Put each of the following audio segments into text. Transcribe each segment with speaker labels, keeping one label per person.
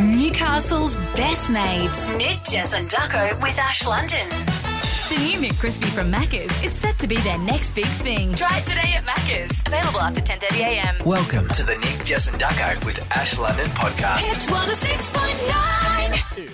Speaker 1: Newcastle's best mates, Nick, Jess, and Ducko with Ash London. The new McCrispy from Macca's is set to be their next big thing. Try it today at Macca's. Available after 10:30 a.m.
Speaker 2: Welcome
Speaker 3: to the Nick, Jess and Ducko with Ash London podcast.
Speaker 1: It's 106.9.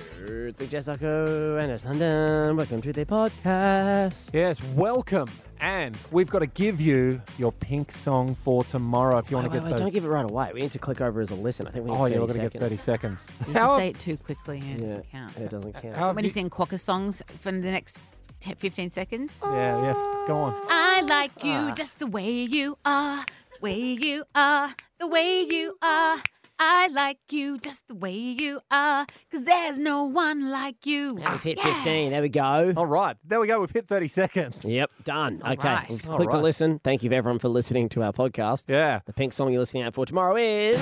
Speaker 4: It's Nick Jessako and it's London. Welcome to the podcast.
Speaker 5: Yes, welcome. And we've got to give you your pink song for tomorrow if you want
Speaker 6: Oh,
Speaker 4: Wait, wait,
Speaker 5: to get
Speaker 4: wait,
Speaker 5: those.
Speaker 4: don't give it right away. We need to click over as a listen. I think we need
Speaker 5: oh, yeah,
Speaker 4: 30
Speaker 5: we're going to get
Speaker 4: seconds.
Speaker 5: 30 seconds.
Speaker 6: If you say it too quickly, yeah, it doesn't
Speaker 4: Yeah,
Speaker 6: count.
Speaker 4: it doesn't count.
Speaker 5: Oh. How
Speaker 6: I'm
Speaker 5: have
Speaker 6: going
Speaker 5: you-
Speaker 6: to sing Quokka songs for the next 10, 15 seconds.
Speaker 4: Oh.
Speaker 5: yeah, yeah. Go on.
Speaker 6: I like
Speaker 4: Ah.
Speaker 6: you just the way you are, way you are, the way you are. I like you just the way you are, because there's no one like you.
Speaker 4: Now we've hit
Speaker 6: Yeah.
Speaker 4: 15. There we go.
Speaker 5: All right. There we go. We've hit 30 seconds.
Speaker 4: Yep, done. okay,
Speaker 6: right.
Speaker 4: we've
Speaker 5: All
Speaker 4: click to
Speaker 5: right.
Speaker 4: listen. Thank you, everyone, for listening to our podcast.
Speaker 5: Yeah.
Speaker 4: The pink song you're listening out for tomorrow is.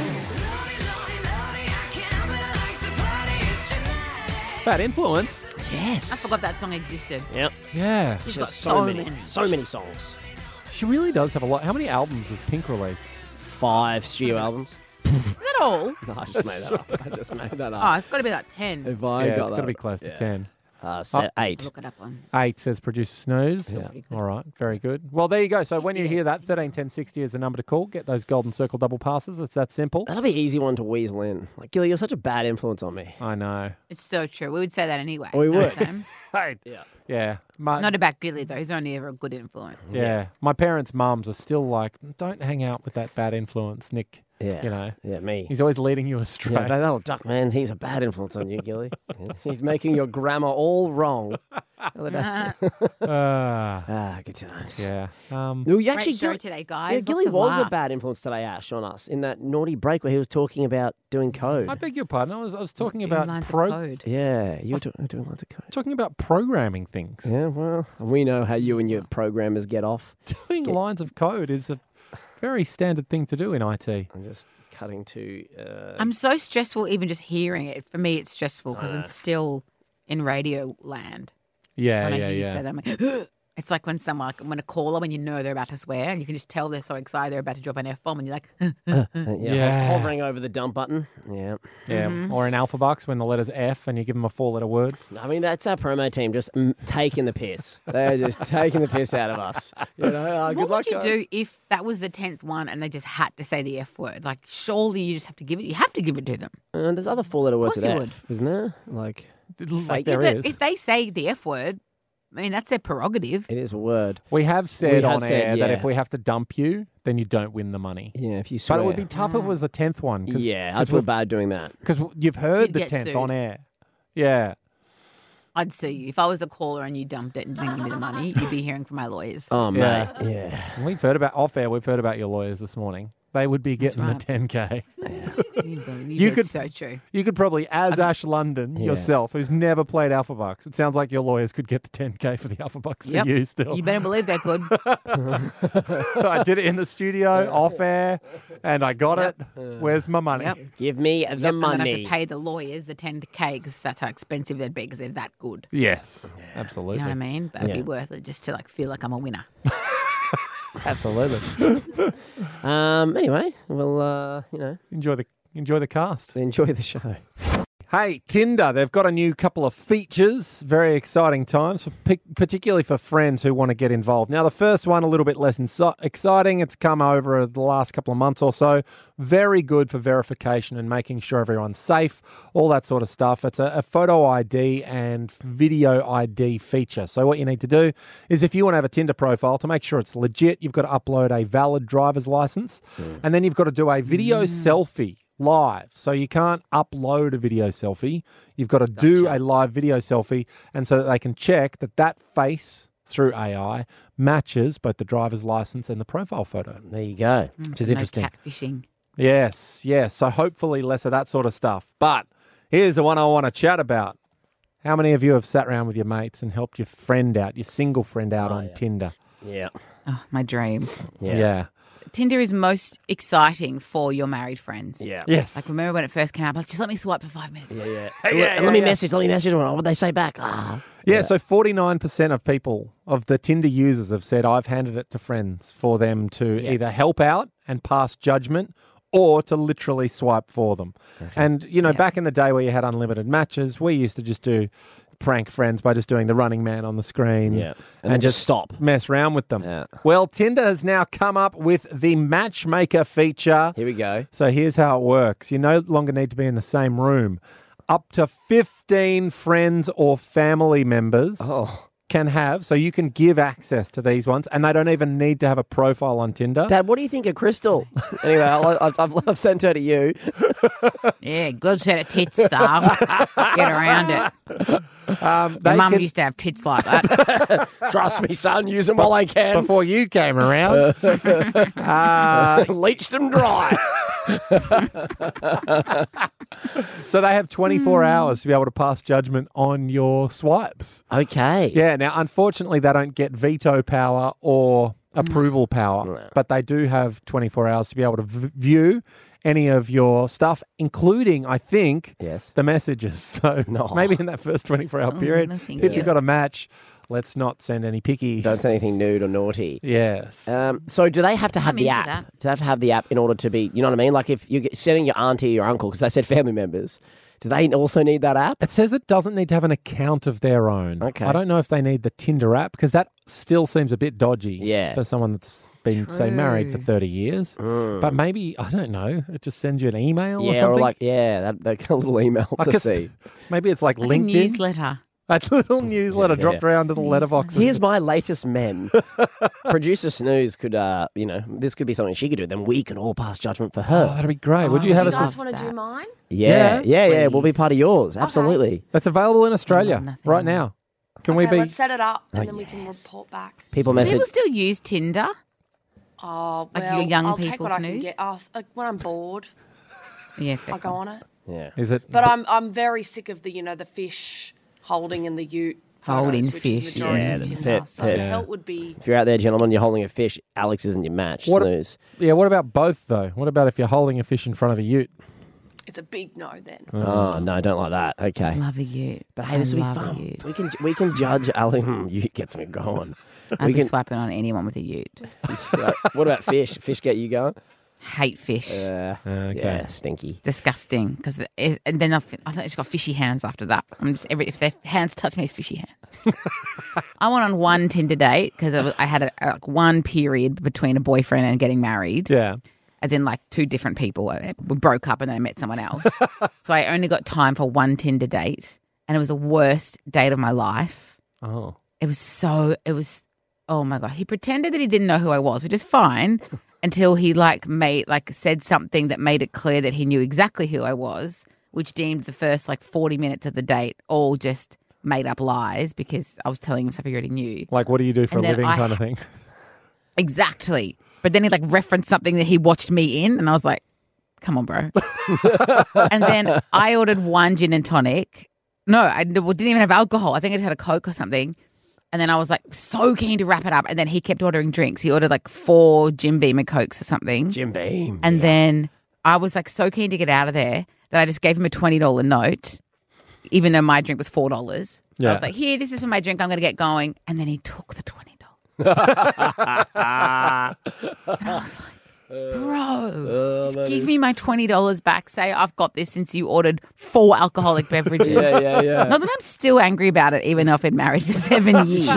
Speaker 5: Bad influence.
Speaker 4: Yes.
Speaker 6: I forgot that song existed.
Speaker 4: Yep.
Speaker 5: Yeah.
Speaker 6: You've
Speaker 4: She's
Speaker 6: got so, many.
Speaker 4: So many songs.
Speaker 5: She really does have a lot. How many albums has Pink released?
Speaker 4: Five studio albums.
Speaker 6: Is that all?
Speaker 4: No, I just made that up. I just made that
Speaker 6: Oh,
Speaker 4: up.
Speaker 6: it's got to be like 10.
Speaker 4: If I
Speaker 5: yeah,
Speaker 4: got that
Speaker 5: it's got to be
Speaker 4: right.
Speaker 5: close
Speaker 4: Yeah.
Speaker 5: to 10.
Speaker 4: Uh, so eight.
Speaker 6: Look it up on.
Speaker 5: Eight says producer Snooze. All right, very good. Well, there you go. So when you hear that, 13 10 60 is the number to call. Get those golden circle double passes. It's that simple.
Speaker 4: That'll be an easy one to weasel in. Like, Gilly, you're such a bad influence on me.
Speaker 5: I know.
Speaker 6: It's so true. We would say that anyway.
Speaker 4: We
Speaker 6: You know
Speaker 4: would.
Speaker 6: what I'm saying?
Speaker 5: Hey.
Speaker 4: Yeah.
Speaker 5: Yeah. My,
Speaker 6: Not about Gilly, though. He's only ever a good influence.
Speaker 5: yeah. My parents' mums are still like, don't hang out with that bad influence, Nick.
Speaker 4: Yeah.
Speaker 5: You know,
Speaker 4: Yeah, me.
Speaker 5: he's always leading you astray.
Speaker 4: yeah, that that old duck man, he's a bad influence on you, Gilly. Yeah. he's making your grammar all wrong.
Speaker 5: Ah,
Speaker 4: ah, good times.
Speaker 5: yeah. Um,
Speaker 4: No, you
Speaker 6: Great
Speaker 4: actually
Speaker 6: show
Speaker 4: Gil-
Speaker 6: today,
Speaker 4: Yeah,
Speaker 6: guys.
Speaker 4: Gilly
Speaker 6: Lots of
Speaker 4: was a
Speaker 6: laughs.
Speaker 4: bad influence today, Ash, on us in that naughty break where he was talking about doing
Speaker 6: Mm.
Speaker 4: code.
Speaker 5: I beg your pardon. I was, I was talking
Speaker 6: Doing
Speaker 5: about
Speaker 6: lines of
Speaker 5: pro-
Speaker 6: code.
Speaker 4: yeah, you were do- doing lots of code.
Speaker 5: talking about programming things.
Speaker 4: Yeah, well, we know how you and your programmers get off.
Speaker 5: Doing
Speaker 4: Get-
Speaker 5: lines of code is a very standard thing to do in IT.
Speaker 4: I'm just cutting to. Uh,
Speaker 6: I'm so stressful even just hearing it. For me, it's stressful because I'm still in radio land.
Speaker 5: Yeah,
Speaker 6: When I
Speaker 5: yeah,
Speaker 6: hear you
Speaker 5: yeah.
Speaker 6: say that, I'm like, it's like when someone, like, when a caller, when you know they're about to swear, and you can just tell they're so excited they're about to drop an F bomb, and you're like,
Speaker 4: yeah,
Speaker 5: Yeah.
Speaker 4: ho- hovering over the dump button. Yeah,
Speaker 5: Yeah.
Speaker 6: Mm-hmm.
Speaker 5: Or in Alphabox when the letter's F and you give them a four-letter word.
Speaker 4: I mean that's our promo team just mm, taking the piss. They're just taking the piss out of us. You know, uh, good
Speaker 6: what
Speaker 4: luck,
Speaker 6: would you
Speaker 4: guys.
Speaker 6: do if that was the 10th one and they just had to say the F word? Like, surely you just have to give it, you have to give it to them.
Speaker 4: Uh, there's other four-letter words
Speaker 6: course
Speaker 4: with
Speaker 6: you
Speaker 4: F, isn't there? Like
Speaker 5: Like
Speaker 6: Yeah,
Speaker 5: there
Speaker 6: but
Speaker 5: is.
Speaker 6: if they say the F word, I mean, that's their prerogative.
Speaker 4: it is a word.
Speaker 5: We have said
Speaker 4: have
Speaker 5: on
Speaker 4: said,
Speaker 5: air that
Speaker 4: yeah.
Speaker 5: if we have to dump you, then you don't win the money.
Speaker 4: Yeah, if you swear.
Speaker 5: But it would be tough if it was the tenth one. Cause,
Speaker 4: yeah, I
Speaker 5: because
Speaker 4: feel bad doing that.
Speaker 5: you've heard
Speaker 6: You'd
Speaker 5: the
Speaker 6: get
Speaker 5: tenth
Speaker 6: sued.
Speaker 5: on air. Yeah,
Speaker 6: I'd sue you. If I was the caller and you dumped it and didn't give me the money, you'd be hearing from my lawyers.
Speaker 4: Oh
Speaker 5: Yeah.
Speaker 4: mate, yeah.
Speaker 5: And we've heard about off air. We've heard about your lawyers this morning. They would be getting
Speaker 6: right.
Speaker 5: the ten k.
Speaker 6: You believe
Speaker 5: You
Speaker 6: it's
Speaker 5: could-
Speaker 6: so true.
Speaker 5: You could probably, as Ash London
Speaker 4: Yeah.
Speaker 5: yourself, who's never played Alpha Bucks, it sounds like your lawyers could get the ten k for the Alpha Bucks
Speaker 6: Yep.
Speaker 5: for you. Still,
Speaker 6: You better believe they could.
Speaker 5: I did it in the studio, off air, and I got it. Where's my money?
Speaker 6: Yep.
Speaker 4: Give me the
Speaker 6: Yep, And then I
Speaker 4: money.
Speaker 6: have to pay the lawyers the 10K because that's how expensive they'd be because they're that good.
Speaker 5: Yes,
Speaker 6: You
Speaker 5: absolutely,
Speaker 6: know what I mean? But it'd
Speaker 4: Yeah.
Speaker 6: be worth it just to like feel like I'm a winner.
Speaker 5: absolutely.
Speaker 4: Um. Anyway, we'll uh, you know
Speaker 5: enjoy the enjoy the cast.
Speaker 4: enjoy the show.
Speaker 5: Hey, Tinder, they've got a new couple of features. Very exciting times, for pic- particularly for friends who want to get involved. Now, the first one, a little bit less inci- exciting. It's come over the last couple of months or so. Very good for verification and making sure everyone's safe, all that sort of stuff. It's a, a photo ID and video ID feature. So, what you need to do is if you want to have a Tinder profile, to make sure it's legit, you've got to upload a valid driver's license,
Speaker 4: Mm.
Speaker 5: and then you've got to do a video selfie live. So you can't upload a video selfie. You've got to do a live video selfie, and so that they can check that that face through AI matches both the driver's license and the profile photo,
Speaker 4: There you go.
Speaker 5: which is
Speaker 6: Mm, No
Speaker 5: interesting.
Speaker 6: catfishing.
Speaker 5: Yes, yes. So hopefully less of that sort of stuff. But here's the one I want to chat about. How many of you have sat around with your mates and helped your friend out, your single friend out on Tinder?
Speaker 4: Oh, Yeah.
Speaker 6: Oh, my dream.
Speaker 4: Yeah.
Speaker 5: yeah.
Speaker 6: Tinder is most exciting for your married friends.
Speaker 4: Yeah.
Speaker 5: Yes.
Speaker 6: Like remember when it first came out, like just let me swipe for five minutes.
Speaker 4: Yeah, yeah. Let- let me message. Let me message. them. What would they say back? Ah,
Speaker 5: Yeah, so 49% of people, of the Tinder users, have said, I've handed it to friends for them to either help out and pass judgment or to literally swipe for them. And, you know, back in the day where you had unlimited matches, we used to just do prank friends by just doing the running man on the screen
Speaker 4: Yeah. And then just stop.
Speaker 5: mess around with them.
Speaker 4: Yeah.
Speaker 5: Well, Tinder has now come up with the matchmaker feature.
Speaker 4: Here we go.
Speaker 5: So here's how it works you no longer need to be in the same room. Up to 15 friends or family members
Speaker 4: Oh.
Speaker 5: can have, so you can give access to these ones, and they don't even need to have a profile on Tinder.
Speaker 4: Dad, what do you think of Crystal? anyway, I'll, I've, I've, I've sent her to you.
Speaker 6: Yeah, good set of tits, stuff. Get around it.
Speaker 5: Um,
Speaker 6: My
Speaker 5: they
Speaker 6: mum
Speaker 5: can-
Speaker 6: used to have tits like that.
Speaker 4: Trust me, son. Use them while I can.
Speaker 5: before you came around. Uh,
Speaker 4: Leach them dry.
Speaker 5: so they have 24
Speaker 4: Hmm.
Speaker 5: hours to be able to pass judgment on your swipes.
Speaker 4: okay.
Speaker 5: Yeah, now unfortunately they don't get veto power or
Speaker 4: Mm.
Speaker 5: approval power, but they do have 24 hours to be able to v- view any of your stuff, including, I think,
Speaker 4: Yes. Mm,
Speaker 5: the messages. So maybe in that first 24 hour period,
Speaker 6: no,
Speaker 5: if
Speaker 6: thank you.
Speaker 5: you've got a match, let's not send any pickies.
Speaker 4: Don't say anything nude or naughty.
Speaker 5: yes.
Speaker 4: Um, so do they have to have
Speaker 6: I'm
Speaker 4: the
Speaker 6: into
Speaker 4: app?
Speaker 6: that.
Speaker 4: Do they have to have the app in order to be? You know what I mean? Like if you're get- sending your auntie or your uncle, because they said family members, do they also need that app?
Speaker 5: it says it doesn't need to have an account of their own.
Speaker 4: Okay.
Speaker 5: I don't know if they need the Tinder app because that still seems a bit dodgy
Speaker 4: Yeah.
Speaker 5: for someone that's been, say, married for 30 years. But maybe, I don't know, it just sends you an email or
Speaker 4: Hmm. Yeah,
Speaker 5: something.
Speaker 4: or like yeah, that, that kind of little email
Speaker 5: Like
Speaker 4: to
Speaker 5: a st-
Speaker 4: see.
Speaker 5: Maybe it's like,
Speaker 6: Like a
Speaker 5: LinkedIn.
Speaker 6: newsletter.
Speaker 5: that little newsletter
Speaker 4: yeah,
Speaker 5: dropped around to the letterbox.
Speaker 4: Here's my latest mem. Producer Snooze could, uh, you know, this could be something she could do. Then we could all pass judgment for
Speaker 5: Oh,
Speaker 4: her.
Speaker 5: that'd be great. Would you
Speaker 6: I
Speaker 5: have
Speaker 6: would
Speaker 5: us?
Speaker 6: love
Speaker 5: As,
Speaker 7: guys want to do
Speaker 6: that.
Speaker 7: mine?
Speaker 4: Yeah, yeah, yeah. We'll be
Speaker 6: please.
Speaker 4: part of yours. Absolutely.
Speaker 5: that's available in Australia
Speaker 6: nothing.
Speaker 5: right now. Can
Speaker 7: Okay,
Speaker 5: we be?
Speaker 7: let's set it up and then we can report back.
Speaker 4: People
Speaker 6: Do
Speaker 4: message.
Speaker 6: people still use Tinder?
Speaker 7: Oh, well,
Speaker 6: Like your young
Speaker 7: I'll take
Speaker 6: people's
Speaker 7: what I can
Speaker 6: news?
Speaker 7: get. Oh, like when I'm bored,
Speaker 6: Yeah, fair
Speaker 7: I go on it.
Speaker 4: yeah.
Speaker 5: Is it?
Speaker 7: But I'm I'm very sick of the you know the fish holding in the ute. photos,
Speaker 6: Holding
Speaker 7: which
Speaker 6: fish,
Speaker 7: is majority
Speaker 4: yeah.
Speaker 7: of
Speaker 4: Yeah,
Speaker 7: Tinder.
Speaker 4: fair-
Speaker 7: so
Speaker 4: fair.
Speaker 7: the help would be
Speaker 4: If you're out there, gentlemen, you're holding a fish. Alex isn't your match.
Speaker 5: What a-
Speaker 4: Snooze.
Speaker 5: yeah. What about both though? What about if you're holding a fish in front of a ute?
Speaker 7: it's a big no then.
Speaker 4: oh no, don't like that. Okay.
Speaker 6: Love a you.
Speaker 4: But hey, this will be fun. We can we can judge Alex. Hmm, you gets me going.
Speaker 6: I'd
Speaker 4: we
Speaker 6: be
Speaker 4: can.
Speaker 6: swiping on anyone with a ute.
Speaker 4: what about fish? Fish get you going?
Speaker 6: Hate fish.
Speaker 4: Uh,
Speaker 5: Okay.
Speaker 4: Yeah, stinky.
Speaker 6: Disgusting. Because and then I've, I think it's got fishy hands after that. I'm just every if their hands touch me, it's fishy hands. I went on one Tinder date because I, was- I had a, like one period between a boyfriend and getting married.
Speaker 5: Yeah.
Speaker 6: as in like two different people. I- We broke up and then I met someone else. so I only got time for one Tinder date, and it was the worst date of my life.
Speaker 5: Oh.
Speaker 6: It was so. It was. Oh my god. He pretended that he didn't know who I was, which is fine, until he like made like said something that made it clear that he knew exactly who I was, which deemed the first like forty minutes of the date all just made up lies because I was telling him stuff he already knew.
Speaker 5: Like, what do you do for
Speaker 6: And
Speaker 5: a
Speaker 6: then
Speaker 5: living,
Speaker 6: I-
Speaker 5: kind of thing?
Speaker 6: Exactly. But then he like referenced something that he watched me in, and I was like, "Come on, bro." and then I ordered one gin and tonic. No, I n- well, didn't even have alcohol. I think I just had a coke or something. And then I was like so keen to wrap it up. And then he kept ordering drinks. He ordered like four Jim Beam and cokes or something.
Speaker 4: Jim Beam.
Speaker 6: And then I was like so keen to get out of there that I just gave him a twenty dollar note, even though my drink was four dollars. I
Speaker 5: Yeah.
Speaker 6: was like, "Here, this is for my drink. I'm going to get going." And then he took the twenty dollars. Bro, just give me my twenty dollars back. Say I've got this since you ordered four alcoholic beverages.
Speaker 4: yeah, yeah, yeah.
Speaker 6: Not that I'm still angry about it, even though I've been married for seven years.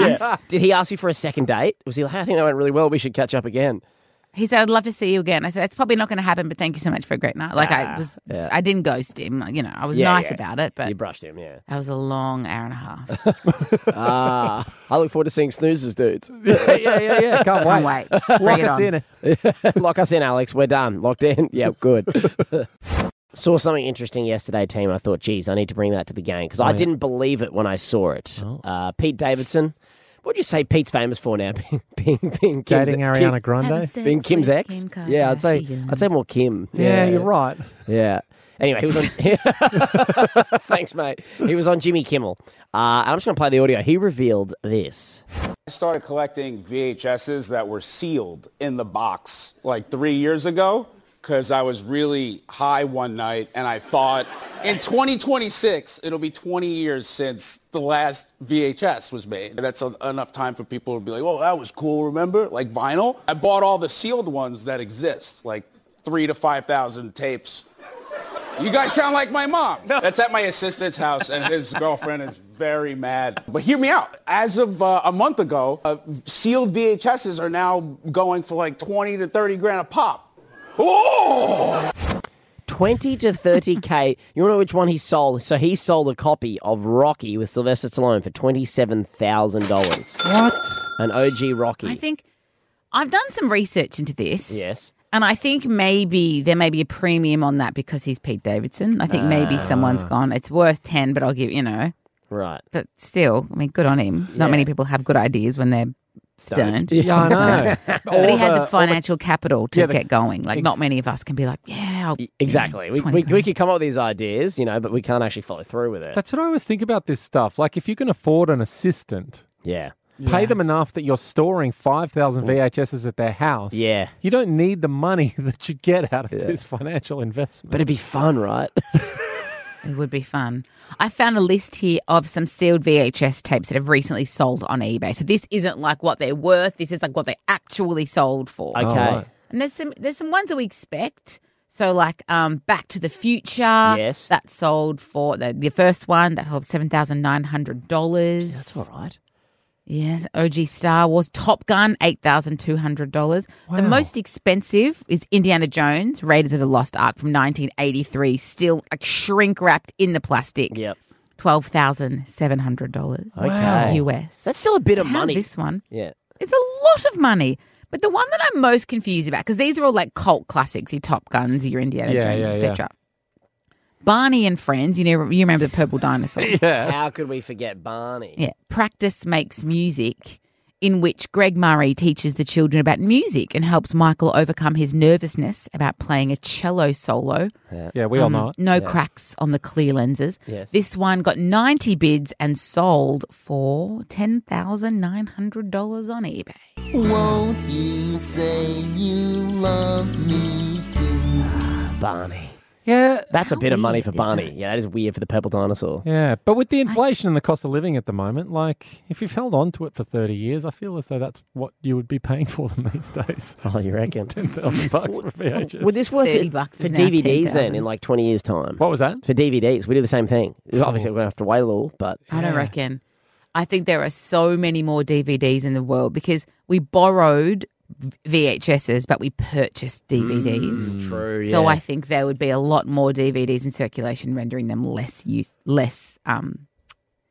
Speaker 4: Did he ask you for a second date? Was he like, I think that went really well. We should catch up again.
Speaker 6: He said, "I'd love to see you again." I said, "It's probably not going to happen, but thank you so much for a great night." Like I was, I didn't ghost him. like, You know, I was
Speaker 4: Yeah,
Speaker 6: nice
Speaker 4: yeah.
Speaker 6: about it, but
Speaker 4: You brushed him, yeah.
Speaker 6: that was a long hour and a half.
Speaker 4: Ah, I look forward to seeing snoozes, dudes.
Speaker 5: yeah, yeah, yeah. Can't
Speaker 6: Can't
Speaker 5: wait.
Speaker 6: wait. Bring
Speaker 5: Lock
Speaker 6: it
Speaker 5: us
Speaker 6: on.
Speaker 5: in.
Speaker 4: Lock us in, Alex. We're done. Locked in. Yeah, good. saw something interesting yesterday, team. I thought, geez, I need to bring that to the game
Speaker 5: Oh,
Speaker 4: because I didn't believe it when I saw it. Uh, Pete Davidson. What would you say Pete's famous for now? being, being, being Kim's-
Speaker 5: Dating
Speaker 4: Kim-
Speaker 5: Ariana Grande.
Speaker 4: being Kim's ex. yeah, I'd say I'd say more Kim.
Speaker 5: Yeah, you're right.
Speaker 4: Yeah. Anyway, he was on. Thanks, mate. He was on Jimmy Kimmel. Uh, and I'm just going to play the audio. He revealed this.
Speaker 8: I started collecting VHSs that were sealed in the box like three years ago because I was really high one night and I thought in 2026 it'll be 20 years since the last VHS was made. That's en- enough time for people to be like, oh, that was cool, remember? Like vinyl. I bought all the sealed ones that exist, like three to 5,000 tapes. You guys sound like my mom. That's at my assistant's house, and his girlfriend is very mad. But hear me out. As of uh, a month ago, uh, sealed VHSs are now going for like 20 to 30 grand a pop. Oh!
Speaker 4: 20 to 30k. you want to know which one he sold? So he sold a copy of Rocky with Sylvester Stallone for $27,000.
Speaker 5: What?
Speaker 4: An OG Rocky.
Speaker 6: I think I've done some research into this.
Speaker 4: yes.
Speaker 6: And I think maybe there may be a premium on that because he's Pete Davidson. I think maybe someone's gone, it's worth 10, but I'll give, you know,
Speaker 4: Right.
Speaker 6: but still, I mean, good on him. Not many people have good ideas when they're stoned.
Speaker 5: Yeah, I know.
Speaker 6: But he had the financial capital to
Speaker 5: yeah, the-
Speaker 6: get going. Like, not many of us can be like, yeah, I'll,
Speaker 4: E, Exactly. We,
Speaker 6: 20
Speaker 4: we, we
Speaker 6: grand.
Speaker 4: could come up with these ideas, you know, but we can't actually follow through with it.
Speaker 5: That's what I always think about this stuff. Like, if you can afford an assistant,
Speaker 4: yeah.
Speaker 5: pay them enough that you're storing 5,000 VHSs at their house.
Speaker 4: Yeah.
Speaker 5: You don't need the money that you get out of this financial investment.
Speaker 4: But it'd be fun, right?
Speaker 6: It would be fun. I found a list here of some sealed VHS tapes that have recently sold on eBay. So this isn't like what they're worth. This is like what they actually sold for.
Speaker 4: Okay.
Speaker 5: right.
Speaker 6: And there's some there's some ones that we expect. So like um Back to the Future.
Speaker 4: Yes.
Speaker 6: That sold for the, the first one that sold seven thousand nine hundred dollars.
Speaker 4: That's all right.
Speaker 6: Yes, OG Star Wars, Top Gun, eight thousand two hundred dollars. The
Speaker 5: Wow.
Speaker 6: most expensive is Indiana Jones, Raiders of the Lost Ark from nineteen eighty three, still like shrink wrapped in the plastic,
Speaker 4: Yep.
Speaker 6: twelve thousand seven hundred dollars
Speaker 4: Wow.
Speaker 6: US.
Speaker 4: That's still a bit of
Speaker 6: How's
Speaker 4: money.
Speaker 6: This one,
Speaker 4: Yeah.
Speaker 6: it's a lot of money. But the one that I'm most confused about, because these are all like cult classics, your Top Guns, your Indiana
Speaker 5: Yeah,
Speaker 6: Jones,
Speaker 5: yeah, yeah.
Speaker 6: etc. Barney and Friends, you know, you remember the purple dinosaur.
Speaker 4: How could we forget Barney?
Speaker 6: Yeah, practice makes music, in which Greg Murray teaches the children about music and helps Michael overcome his nervousness about playing a cello solo. Um,
Speaker 5: Yeah, we all know it.
Speaker 6: No cracks on the clear lenses.
Speaker 4: Mm-hmm. Yes.
Speaker 6: This one got 90 bids and sold for $10,900 on eBay.
Speaker 4: Barney.
Speaker 5: Yeah.
Speaker 4: That's a
Speaker 6: How
Speaker 4: bit of money
Speaker 6: weird
Speaker 4: for
Speaker 6: is
Speaker 4: Barney. Yeah, that is weird for the purple dinosaur.
Speaker 5: Yeah, but with the inflation and the cost of living at the moment, like if you've held on to it for 30 years, I feel as though that's what you would be paying for them these days.
Speaker 4: Oh, you reckon?
Speaker 5: 10,000 bucks for VHS.
Speaker 4: Oh, Would this work
Speaker 6: 30
Speaker 4: for-
Speaker 6: bucks
Speaker 4: for
Speaker 6: is now
Speaker 4: DVDs
Speaker 6: 10,000.
Speaker 4: then in like 20 years' time?
Speaker 5: what was that?
Speaker 4: For DVDs, we do the same thing. Obviously, we're going to have to wait a little, but
Speaker 6: I don't reckon. I think there are so many more DVDs in the world because we borrowed v- VHSs, but we purchased DVDs.
Speaker 4: Mm, true.
Speaker 6: So I think there would be a lot more DVDs in circulation, rendering them less use, less um,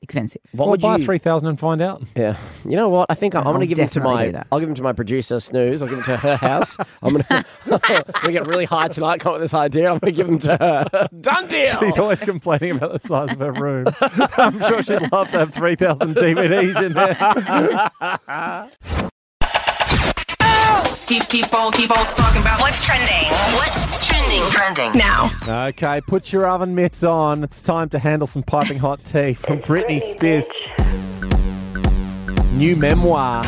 Speaker 6: expensive.
Speaker 4: what
Speaker 5: Well,
Speaker 4: would
Speaker 5: buy
Speaker 4: you?
Speaker 5: 3,000 and find out.
Speaker 4: Yeah, you know what? I think I, I'm going
Speaker 6: I'll
Speaker 4: to give them to
Speaker 6: definitely
Speaker 4: my.
Speaker 6: do that.
Speaker 4: I'll give them to my producer Snooze. I'll give them to her house. I'm going to. We get really high tonight. Come up with this idea. I'm going to give them to her. Done deal.
Speaker 5: She's always complaining about the size of her room. I'm sure she'd love to have 3,000 DVDs in there.
Speaker 9: Keep, keep on, keep on talking about what's trending. What's trending? Trending now.
Speaker 5: Okay, put your oven mitts on. It's time to handle some piping hot tea from Britney Spears. New memoir.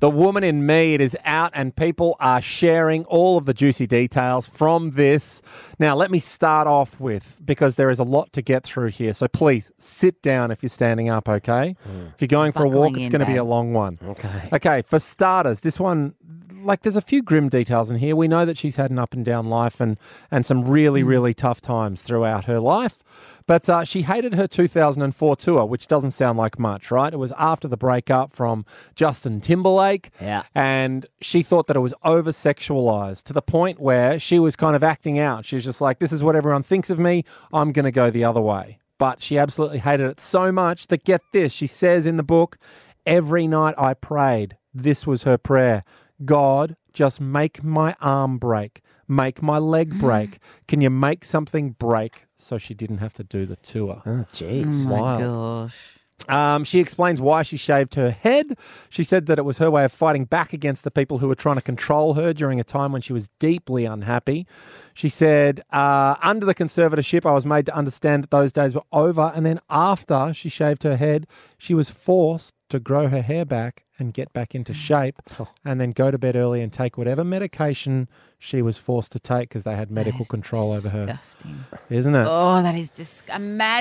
Speaker 5: The Woman in Me, it is out, and people are sharing all of the juicy details from this. Now, let me start off with because there is a lot to get through here. So please sit down if you're standing up, okay? If you're going for a walk,
Speaker 6: Buckling
Speaker 5: it's
Speaker 6: in,
Speaker 5: going to be a
Speaker 6: babe.
Speaker 5: long one.
Speaker 4: Okay.
Speaker 5: Okay, for starters, this one, like, there's a few grim details in here. We know that she's had an up and down life and, and some really, really tough times throughout her life. But uh, she hated her 2004 tour, which doesn't sound like much, right? It was after the breakup from Justin Timberlake.
Speaker 4: Yeah.
Speaker 5: And she thought that it was over sexualized to the point where she was kind of acting out. She was just like, this is what everyone thinks of me. I'm going to go the other way. But she absolutely hated it so much that get this, she says in the book, every night I prayed, this was her prayer God, just make my arm break, make my leg break. Can you make something break? So she didn't have to do the tour.
Speaker 4: Oh, jeez.
Speaker 6: Oh my
Speaker 5: Wild.
Speaker 6: gosh!
Speaker 5: Um, she explains why she shaved her head. She said that it was her way of fighting back against the people who were trying to control her during a time when she was deeply unhappy. She said, uh, under the conservatorship, I was made to understand that those days were over. And then after she shaved her head, she was forced to grow her hair back and get back
Speaker 6: Mm.
Speaker 5: into shape
Speaker 6: Oh.
Speaker 5: and then go to bed early and take whatever medication she was forced to take because they had medical control over her.
Speaker 6: Disgusting.
Speaker 5: Isn't it?
Speaker 6: Oh, that is dis-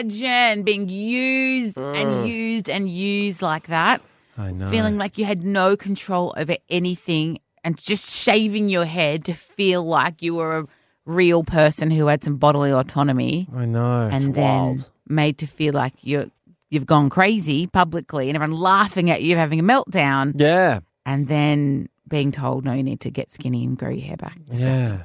Speaker 6: Imagine being used
Speaker 4: Mm.
Speaker 6: and used and used like that,
Speaker 5: I know.
Speaker 6: feeling like you had no control over anything and just shaving your head to feel like you were a real person who had some bodily autonomy
Speaker 5: I know.
Speaker 6: and then made to feel like you're you've gone crazy publicly and everyone laughing at you having a meltdown
Speaker 5: yeah.
Speaker 6: and then being told no you need to get skinny and grow your hair back
Speaker 5: Yeah.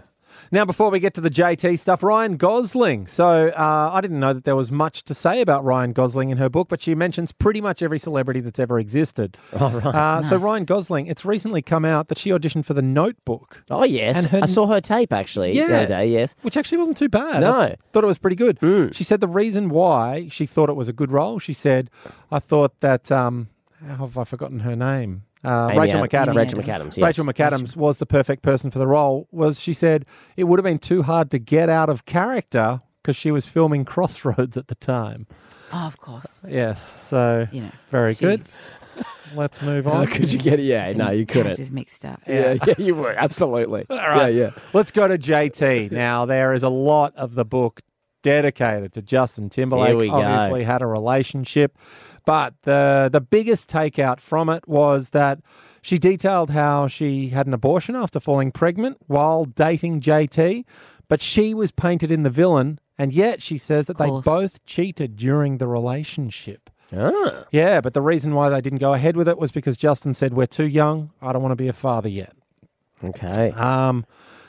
Speaker 5: Now, before we get to the JT stuff, Ryan Gosling. So uh, I didn't know that there was much to say about Ryan Gosling in her book, but she mentions pretty much every celebrity that's ever existed. Uh, So Ryan Gosling, it's recently come out that she auditioned for The Notebook,
Speaker 4: Oh yes,
Speaker 5: And her-
Speaker 4: I saw her tape actually the
Speaker 5: Yeah.
Speaker 4: other day. Yes,
Speaker 5: which actually wasn't too bad.
Speaker 4: No. Hmm.
Speaker 5: I thought it was pretty good. She said the reason why she thought it was a good role. She said, "I thought that um, how have I forgotten her name? Uh,
Speaker 4: Amy
Speaker 5: Rachel
Speaker 4: Ad-
Speaker 5: McAdams.
Speaker 4: Rachel McAdams. Yes.
Speaker 5: Rachel McAdams was the perfect person for the role. Was she said it would have been too hard to get out of character because she was filming Crossroads at the time.
Speaker 6: oh of course
Speaker 5: Yes, so
Speaker 6: you know
Speaker 5: very good.
Speaker 6: she's-
Speaker 5: Let's move
Speaker 4: How
Speaker 5: on.
Speaker 4: could you get it? Yeah, no, you couldn't.
Speaker 6: characters mixed up
Speaker 4: Yeah, yeah, you were absolutely. Yeah, yeah.
Speaker 5: Let's go to JT now. There is a lot of the book dedicated to Justin Timberlake.
Speaker 4: Here we go.
Speaker 5: Obviously, had a relationship, but the the biggest takeout from it was that she detailed how she had an abortion after falling pregnant while dating JT, but she was painted in the villain, and yet she says that they
Speaker 6: course.
Speaker 5: both cheated during the relationship.
Speaker 4: Ah,
Speaker 5: Yeah, but the reason why they didn't go ahead with it was because Justin said, "We're too young. I don't want to be a father yet."
Speaker 4: okay.
Speaker 5: Um,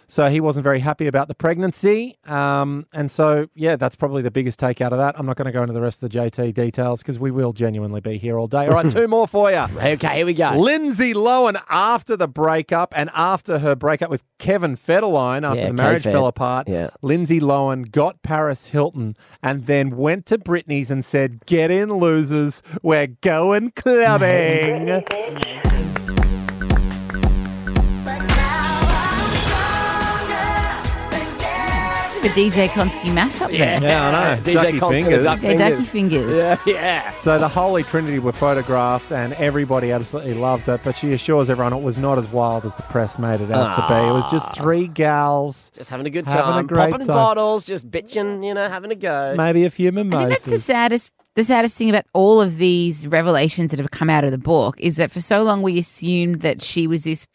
Speaker 5: so he wasn't very happy about the pregnancy. Um, and so, yeah, that's probably the biggest take out of that. I'm not going to go into the rest of the JT details because we will genuinely be here all day. All right, two more for you.
Speaker 4: Okay, here we go.
Speaker 5: Lindsay Lohan after the breakup and after her breakup with Kevin Federline after
Speaker 4: Yeah,
Speaker 5: the marriage
Speaker 4: K-Fed.
Speaker 5: fell apart,
Speaker 4: Yeah.
Speaker 5: Lindsay Lohan got Paris Hilton and then went to Britney's and said, "Get in, losers, we're going clubbing."
Speaker 6: This is a DJ Konski mashup there
Speaker 5: Yeah, I know.
Speaker 4: DJ Cole's gonna duck
Speaker 6: They're ducky
Speaker 4: fingers.
Speaker 6: fingers
Speaker 4: Yeah, yeah.
Speaker 5: So the Holy Trinity were photographed and everybody absolutely loved it, but she assures everyone it was not as wild as the press made it out to be. It was
Speaker 4: Ah.
Speaker 5: just three gals,
Speaker 4: Just having a good
Speaker 5: Having a
Speaker 4: time,
Speaker 5: great
Speaker 4: popping
Speaker 5: time.
Speaker 4: bottles, just bitching, you know, having a go.
Speaker 5: maybe a few
Speaker 6: I think that's the
Speaker 5: mimosas.
Speaker 6: saddest the saddest thing about all of these revelations that have come out of the book is that for so long we assumed that she was this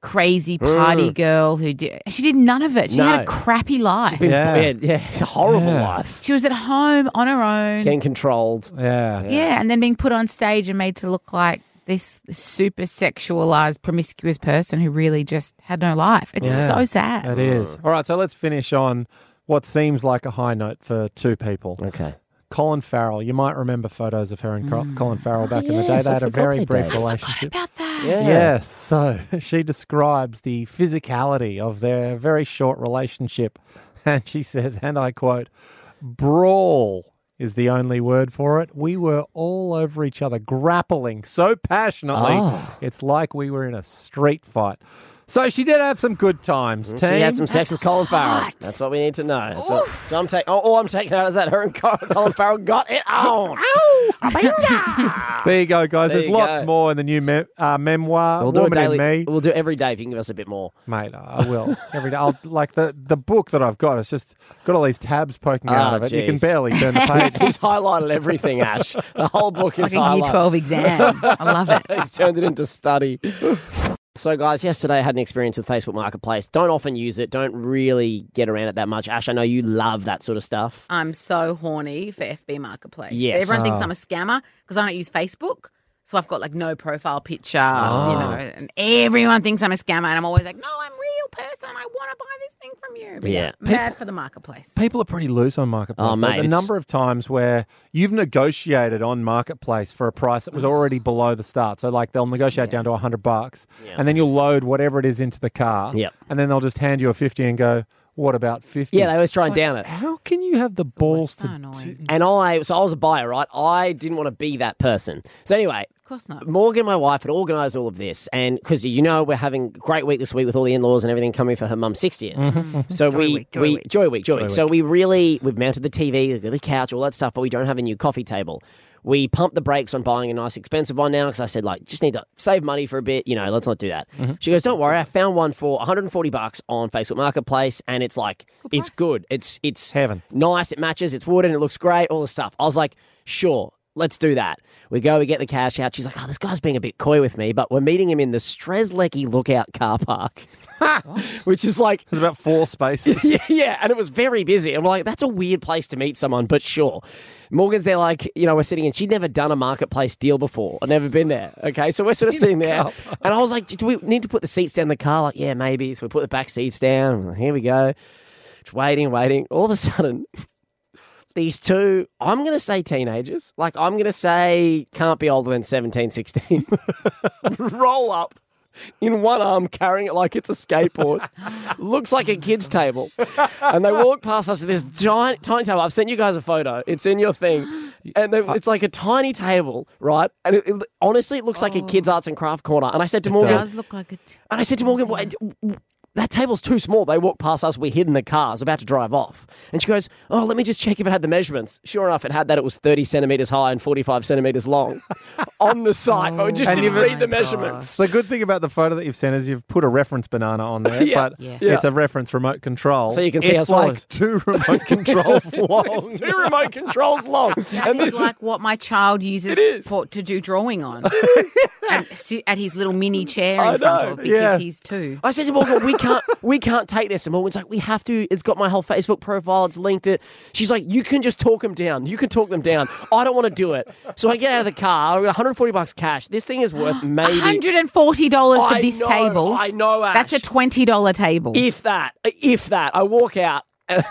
Speaker 6: crazy
Speaker 5: Mm.
Speaker 6: party girl who did she did none of it. She had a
Speaker 4: No.
Speaker 6: crappy life.
Speaker 4: yeah,
Speaker 5: Yeah.
Speaker 4: yeah, It's a horrible
Speaker 5: Yeah.
Speaker 4: life.
Speaker 6: She was at home on her own.
Speaker 4: Getting controlled.
Speaker 5: Yeah.
Speaker 6: yeah, and then being put on stage and made to look like this super sexualized promiscuous person who really just had no life. It's
Speaker 5: Yeah.
Speaker 6: so sad.
Speaker 5: It is. All right, so let's finish on what seems like a high note for two people.
Speaker 4: Okay.
Speaker 5: Colin Farrell. You might remember photos of her and Col- Colin Farrell back in the day.
Speaker 4: Mm. Oh, yes,
Speaker 5: They
Speaker 4: I
Speaker 5: had a
Speaker 4: forgot
Speaker 5: very
Speaker 4: they
Speaker 5: brief
Speaker 4: did. I
Speaker 5: relationship.
Speaker 6: About that.
Speaker 4: Yeah.
Speaker 5: Yes. So she describes the physicality of their very short relationship. And she says, and I quote, brawl is the only word for it. We were all over each other, grappling so passionately.
Speaker 4: Ah.
Speaker 5: It's like we were in a street fight. So she did have some good times, team.
Speaker 4: She had some sex with Colin Farrell.
Speaker 6: hot.
Speaker 4: That's what we need to know. That's what- so I'm taking. Oh, all I'm taking out is that her and Colin, Colin Farrell got it Oh. on.
Speaker 5: There you go, guys.
Speaker 4: Ah. There
Speaker 5: There's
Speaker 4: you
Speaker 5: lots
Speaker 4: go.
Speaker 5: more in the new me- uh, memoir,
Speaker 4: We'll do
Speaker 5: Woman
Speaker 4: it daily.
Speaker 5: in Me.
Speaker 4: We'll do it every day if you can give us a bit more.
Speaker 5: Mate, I will every day. I'll, like the the book that I've got, it's just got all these tabs poking out
Speaker 4: Ah,
Speaker 5: of it. You can
Speaker 4: jeez.
Speaker 5: barely turn the
Speaker 4: He's
Speaker 5: pages.
Speaker 4: highlighted everything, Ash. The whole book is
Speaker 6: Like a year
Speaker 4: highlighted.
Speaker 6: 12 exam. I love it.
Speaker 4: He's turned it into study. So, guys, yesterday I had an experience with Facebook Marketplace. Don't often use it. Don't really get around it that much. Ash, I know you love that sort of stuff.
Speaker 6: I'm so horny for FB Marketplace.
Speaker 4: Yes.
Speaker 6: Everyone thinks I'm a scammer because I don't use Facebook. So I've got like no profile picture, you know, and everyone thinks I'm a scammer. And I'm always like, no, I'm a real person. I want to buy this thing from you. But
Speaker 4: Yeah.
Speaker 6: Bad for the marketplace.
Speaker 5: People are pretty loose on marketplace.
Speaker 4: Oh,
Speaker 5: though.
Speaker 4: mate,
Speaker 5: the
Speaker 4: it's-
Speaker 5: number of times where you've negotiated on marketplace for a price that was already below the start. So like they'll negotiate down to hundred bucks, and then you'll load whatever it is into the car,
Speaker 4: Yep.
Speaker 5: and then they'll just hand you a fifty and go, "What about 50?
Speaker 4: Yeah, they always try and down it.
Speaker 5: How can you have the balls
Speaker 6: so
Speaker 5: to?
Speaker 6: annoying.
Speaker 5: do-
Speaker 4: And I, so I was a buyer, right? I didn't want to be that person. So, anyway,
Speaker 6: Of course not.
Speaker 4: Morgan, my wife, had organised all of this, and because you know we're having a great week this week with all the in-laws and everything coming for her mum's 60th So we
Speaker 6: week, joy
Speaker 4: we
Speaker 6: week.
Speaker 4: joy week, Mm-hmm. joy, week. So we really we've mounted the TV, we've got the couch, all that stuff, but we don't have a new coffee table. We pumped the brakes on buying a nice expensive one now because I said like just need to save money for a bit. You know, let's not do that. She goes, don't worry, I found one for 140 bucks on Facebook Marketplace, and it's like it's good, it's it's
Speaker 5: Heaven.
Speaker 4: nice, it matches, it's wooden, it looks great, all the stuff. I was like, sure. let's do that. We go, we get the cash out. She's like, oh, this guy's being a bit coy with me, but we're meeting him in the Streslecky Lookout car park, which is like
Speaker 5: There's about four spaces.
Speaker 4: yeah, yeah, and it was very busy. And we're like, that's a weird place to meet someone, but sure. Morgan's there, like, you know, we're sitting in. She'd never done a marketplace deal before. I've never been there. Okay. So we're sort of sitting there. And I was like, do we need to put the seats down in the car? Like, yeah, maybe. So we put the back seats down. We're like, Here we go. Just waiting, waiting. All of a sudden, these two, I'm going to say teenagers. Like, I'm going to say can't be older than 17, 16. Roll up in one arm carrying it like it's a skateboard. Looks like a kid's table. And they walk past us with this giant tiny table. I've sent you guys a photo. It's in your thing. And they, it's like a tiny table, right? And it, it- honestly, it looks like
Speaker 5: Oh.
Speaker 4: a kid's arts and craft corner. And I said to Morgan,
Speaker 6: does look like it.
Speaker 4: and I said to Morgan, "Wha- that table's too small. They walked past us. We hid in the cars, about to drive off. And she goes, Oh, let me just check if it had the measurements. Sure enough, it had that. It was 30 centimeters high and 45 centimeters long on the site, but we just
Speaker 6: Oh
Speaker 4: didn't
Speaker 6: my
Speaker 4: read the
Speaker 6: gosh.
Speaker 4: measurements.
Speaker 5: The good thing about the photo that you've sent is you've put a reference banana on there,
Speaker 4: Yeah.
Speaker 5: but
Speaker 6: Yeah.
Speaker 5: it's a reference remote control.
Speaker 4: So you can see
Speaker 5: it's
Speaker 4: how small it
Speaker 5: like
Speaker 4: is.
Speaker 5: two remote controls long.
Speaker 4: It's two remote Oh, controls long.
Speaker 6: That
Speaker 4: And
Speaker 6: is
Speaker 4: this,
Speaker 6: like what my child uses for, to do drawing on. and sit at his little mini chair
Speaker 4: I
Speaker 6: in front
Speaker 4: know,
Speaker 6: of because
Speaker 5: yeah.
Speaker 6: he's two.
Speaker 4: I said to Morgan, we can't, we can't take this. And Morgan's like, we have to. It's got my whole Facebook profile. It's linked it. She's like, you can just talk them down. You can talk them down. I don't want to do it. So I get out of the car. I've got 140 bucks cash. This thing is worth maybe
Speaker 6: $140 for
Speaker 4: I
Speaker 6: this
Speaker 4: know,
Speaker 6: table.
Speaker 4: I know,
Speaker 6: That's a
Speaker 4: Ash.
Speaker 6: $20 table.
Speaker 4: if that, if that, I walk out and,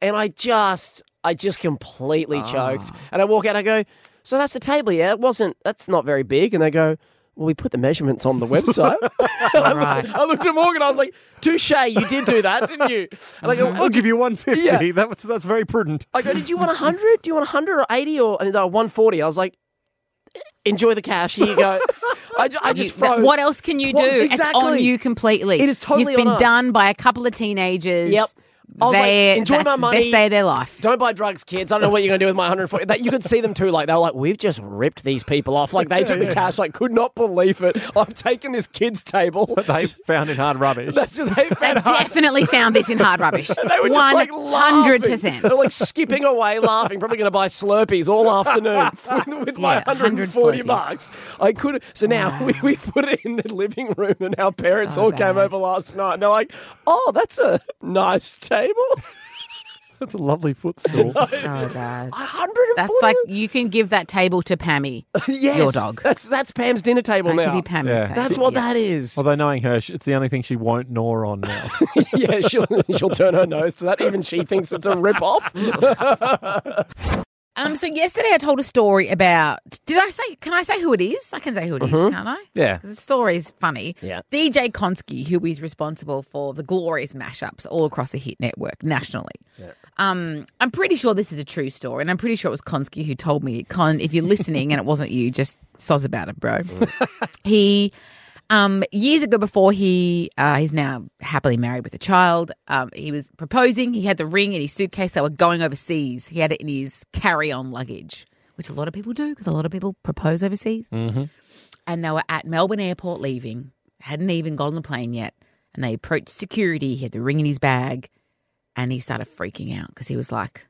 Speaker 4: and I just, I just completely
Speaker 6: Ah.
Speaker 4: choked. And I walk out, I go, so that's the table, yeah? It wasn't, that's not very big. And they go, well, we put the measurements on the website. And I,
Speaker 6: Right.
Speaker 4: looked, I looked at Morgan, I was like, touche, you did do that, didn't you? And I go,
Speaker 5: I'll give you 150.
Speaker 4: Yeah.
Speaker 5: That was, that's very prudent.
Speaker 4: I go, did you want 100? Do you want 100 or 80 or and they were 140? I was like, enjoy the cash, here you go. I, ju- I
Speaker 6: You-
Speaker 4: just
Speaker 6: that-
Speaker 4: froze.
Speaker 6: what else can you do?
Speaker 4: Well,
Speaker 6: It's on
Speaker 4: exactly.
Speaker 6: you completely.
Speaker 4: It is totally
Speaker 6: You've been
Speaker 4: on us.
Speaker 6: done by a couple of teenagers.
Speaker 4: Yep. I was like,
Speaker 6: They-
Speaker 4: enjoy
Speaker 6: that's
Speaker 4: my
Speaker 6: the
Speaker 4: money.
Speaker 6: Best day of their life.
Speaker 4: Don't buy drugs, kids. I don't know what you're going to do with my 140. That, you could see them too. Like they were like, we've just ripped these people off. Like they took the cash. Like could not believe it. I'm taking this kid's table.
Speaker 5: They found it hard rubbish.
Speaker 4: That's what they
Speaker 6: They
Speaker 4: found. hard.
Speaker 6: definitely found this in hard rubbish.
Speaker 4: They were just like laughing.
Speaker 6: 100%.
Speaker 4: They're like skipping away, laughing. Probably going to buy Slurpees all afternoon with, with my
Speaker 6: Yeah,
Speaker 4: 140
Speaker 6: 100 Slurpees.
Speaker 4: bucks. I could. So now we, we put it in the living room, and our parents
Speaker 6: So
Speaker 4: all
Speaker 6: bad.
Speaker 4: came over last night, and they're like, "Oh, that's a nice table."
Speaker 5: That's a lovely footstool.
Speaker 4: Oh,
Speaker 6: So bad.
Speaker 4: 140.
Speaker 6: That's like you can give that table to Pammy.
Speaker 4: yes,
Speaker 6: your dog.
Speaker 4: That's that's Pam's dinner table
Speaker 6: That
Speaker 4: now.
Speaker 6: could be Pammy's
Speaker 5: Yeah.
Speaker 6: table.
Speaker 4: That's what
Speaker 6: Yeah.
Speaker 4: that is.
Speaker 5: Although knowing her, sh- it's the only thing she won't gnaw on now.
Speaker 4: yeah, she'll she'll turn her nose to that. Even she thinks it's a rip off.
Speaker 6: Um, so yesterday I told a story about. Did I say? Can I say who it is? I can say who it is,
Speaker 4: Mm-hmm.
Speaker 6: can't I?
Speaker 5: Yeah.
Speaker 6: Because the story is funny.
Speaker 4: Yeah.
Speaker 6: DJ Konsky, who is responsible for the glorious mashups all across the Hit Network nationally. Um, I'm pretty sure this is a true story, and I'm pretty sure it was Konsky who told me. Con, if you're listening and it wasn't you, just soz about it, bro. he um, years ago before he uh, he's now happily married with a child um, he was proposing he had the ring in his suitcase they were going overseas he had it in his carry-on luggage which a lot of people do because a lot of people propose overseas and they were at melbourne airport leaving hadn't even got on the plane yet and they approached security he had the ring in his bag and he started freaking out because he was like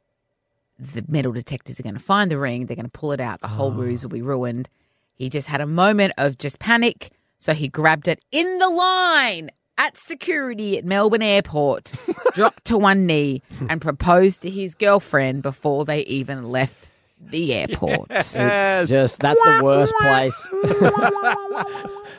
Speaker 6: the metal detectors are going to find the ring they're going to pull it out the whole ruse will be ruined he just had a moment of just panic, so he grabbed it in the line at security at Melbourne Airport, dropped to one knee, and proposed to his girlfriend before they even left the airport.
Speaker 4: "Oh, It's just that's the worst place.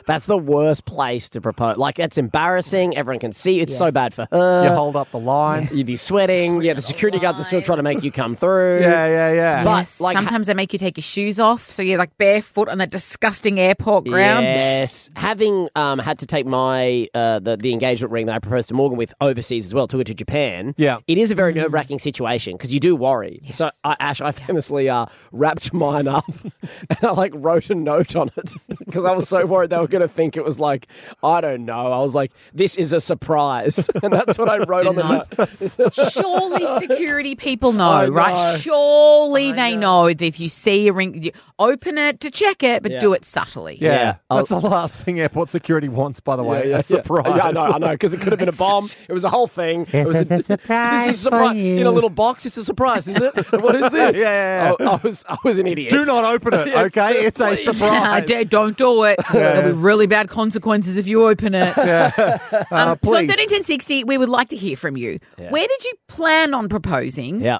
Speaker 4: that's the worst place to propose. Like that's embarrassing. Everyone can see. It's so
Speaker 6: Yes.
Speaker 4: bad for
Speaker 5: You
Speaker 4: her.
Speaker 5: hold up the line.
Speaker 4: You'd be sweating. Yeah, the security guards are still trying to make you come through.
Speaker 5: Yeah, yeah, yeah.
Speaker 4: But,
Speaker 6: yes,
Speaker 4: like, ha-
Speaker 6: sometimes they make you take your shoes off, so you're like barefoot on that disgusting airport ground.
Speaker 4: Yes, having um, had to take my uh, the the engagement ring that I proposed to Morgan with overseas as well, took it to Japan.
Speaker 5: Yeah.
Speaker 4: it is a very nerve wracking situation because you do worry. So I, Ash, I famously uh, wrapped mine up and I like wrote a note on it because I was so worried they were going to think it was like I don't know. I was like, this is a surprise, and that's what I wrote on the
Speaker 6: Denied.
Speaker 4: note.
Speaker 6: Surely security people know,
Speaker 4: I know.
Speaker 6: right? Surely they know. that if you see a ring, you open it to check it, but
Speaker 4: Yeah.
Speaker 6: do it subtly.
Speaker 5: Yeah,
Speaker 4: Yeah, I'll-
Speaker 5: that's the last thing airport security wants, by the way. a surprise.
Speaker 4: Yeah, I know, I know, because it could have been a bomb. It was a whole thing. This it was
Speaker 6: is a surprise
Speaker 4: This is a
Speaker 6: for
Speaker 4: surprise
Speaker 6: you.
Speaker 4: in a little box. It's a surprise, is it? what is this?
Speaker 5: Yeah, yeah, yeah.
Speaker 4: Oh, I was I was an idiot.
Speaker 5: Do not open it, okay? It's a
Speaker 6: Nah,
Speaker 5: surprise.
Speaker 6: d- don't do it. There'll be really bad consequences if you open it.
Speaker 5: Uh,
Speaker 6: Um, so
Speaker 5: please.
Speaker 6: 131060, we would like to hear from you. Where did you plan on proposing?
Speaker 4: Yeah.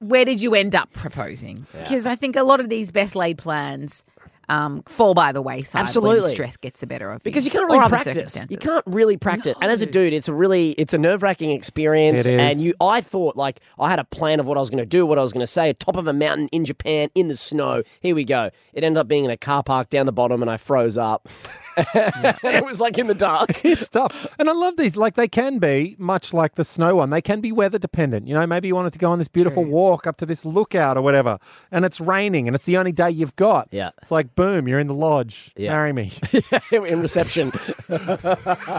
Speaker 6: Where did you end up proposing? Because I think a lot of these best laid plans um, fall by the wayside
Speaker 4: Absolutely.
Speaker 6: when stress gets the better of
Speaker 4: Because you
Speaker 6: you.
Speaker 4: can't
Speaker 6: Or
Speaker 4: really
Speaker 6: other
Speaker 4: practice. You
Speaker 6: circumstances.
Speaker 4: can't really practice. And as a dude, it's a really it's a nerve wracking experience.
Speaker 5: It is.
Speaker 4: And you I thought like I had a plan of what I was gonna do, what I was gonna say, top of a mountain in Japan in the snow. Here we go. It ended up being in a car park down the bottom and I froze up. it was like in the dark.
Speaker 5: It's tough. And I love these. Like, they can be, much like the snow one, they can be weather dependent. You know, maybe you wanted to go on this beautiful walk up to this lookout or whatever, and it's raining and it's the only day you've got.
Speaker 4: Yeah.
Speaker 5: It's like, boom, you're in the lodge.
Speaker 4: Yeah.
Speaker 5: Marry me.
Speaker 4: in reception.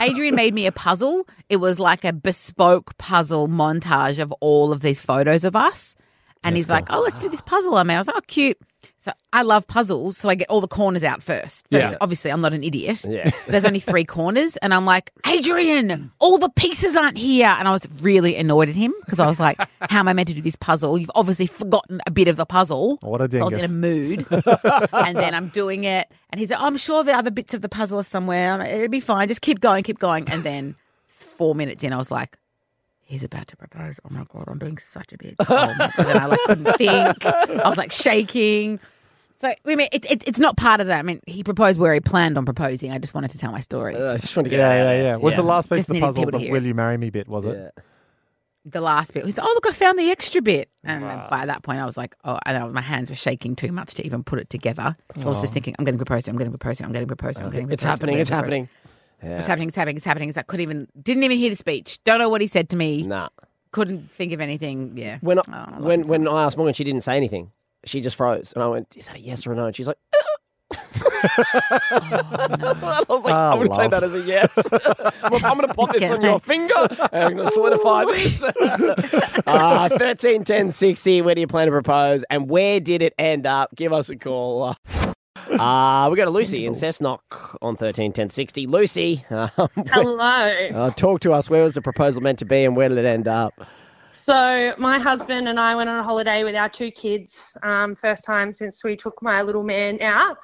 Speaker 6: Adrian made me a puzzle. It was like a bespoke puzzle montage of all of these photos of us. And he's like, oh, let's do this puzzle I made. I was like, oh, cute. So I love puzzles. So I get all the corners out first. Because
Speaker 5: Yeah.
Speaker 6: Obviously, I'm not an idiot.
Speaker 4: Yes.
Speaker 6: There's only three corners. And I'm like, Adrian, all the pieces aren't here. And I was really annoyed at him because I was like, how am I meant to do this puzzle? You've obviously forgotten a bit of the puzzle.
Speaker 5: What a
Speaker 6: So I was in
Speaker 5: dingus.
Speaker 6: a mood. and then I'm doing it. And he's like, I'm sure the other bits of the puzzle are somewhere. I'm like, It'll be fine. Just keep going, keep going. And then four minutes in, I was like, he's about to propose. Oh my God, I'm being such a bitch. Oh my God. And I like couldn't think. I was like shaking. So, I mean, it, it, it's not part of that. I mean, he proposed where he planned on proposing. I just wanted to tell my story.
Speaker 4: I just want to get
Speaker 5: Yeah,
Speaker 4: out of
Speaker 5: yeah,
Speaker 4: there.
Speaker 5: yeah. Was the last piece of
Speaker 6: Just
Speaker 5: the
Speaker 6: needed
Speaker 5: puzzle
Speaker 6: people to
Speaker 5: the
Speaker 6: hear
Speaker 5: will
Speaker 6: it.
Speaker 5: you marry me bit, was it?
Speaker 4: Yeah.
Speaker 6: the last bit. He's, oh, look, I found the extra bit. And by that point, I was like, oh, I know my hands were shaking too much to even put it together. So I was just thinking, I'm getting proposed, I'm getting proposed, I'm getting proposed, I'm getting proposed.
Speaker 4: Oh. It's happening, it's happening.
Speaker 6: It's happening, it's happening, it's happening. It's- I couldn't even, didn't even hear the speech. Don't know what he said to me.
Speaker 4: Nah.
Speaker 6: Couldn't think of anything. Yeah.
Speaker 4: When I,
Speaker 6: Oh, I love
Speaker 4: when
Speaker 6: myself.
Speaker 4: when I asked Morgan, she didn't say anything. She just froze, and I went, "Is that a yes or a no?" And she's like, I was like,
Speaker 5: Ah,
Speaker 4: "I'm going to take
Speaker 5: love.
Speaker 4: that as a yes. I'm, going to pop this on your finger, and I'm going to solidify this." Ah, thirteen, ten, sixty. Where do you plan to propose, and where did it end up? Give us a call. Uh, we go to Lucy in Cessnock on thirteen, ten, sixty. Lucy, um,
Speaker 10: Hello.
Speaker 4: uh, talk to us. Where was the proposal meant to be, and where did it end up?
Speaker 10: So my husband and I went on a holiday with our two kids. Um, first time since we took my little man out,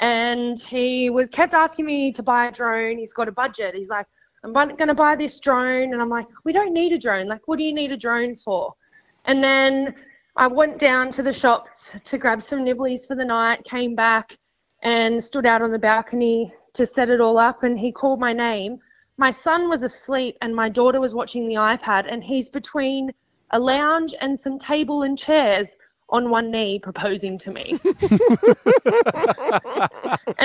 Speaker 10: and he was kept asking me to buy a drone. He's got a budget. He's like, I'm going to buy this drone, and I'm like, we don't need a drone. Like, what do you need a drone for? And then I went down to the shops to grab some nibblies for the night. Came back and stood out on the balcony to set it all up, and he called my name. My son was asleep and my daughter was watching the iPad, and he's between a lounge and some table and chairs on one knee proposing to me. and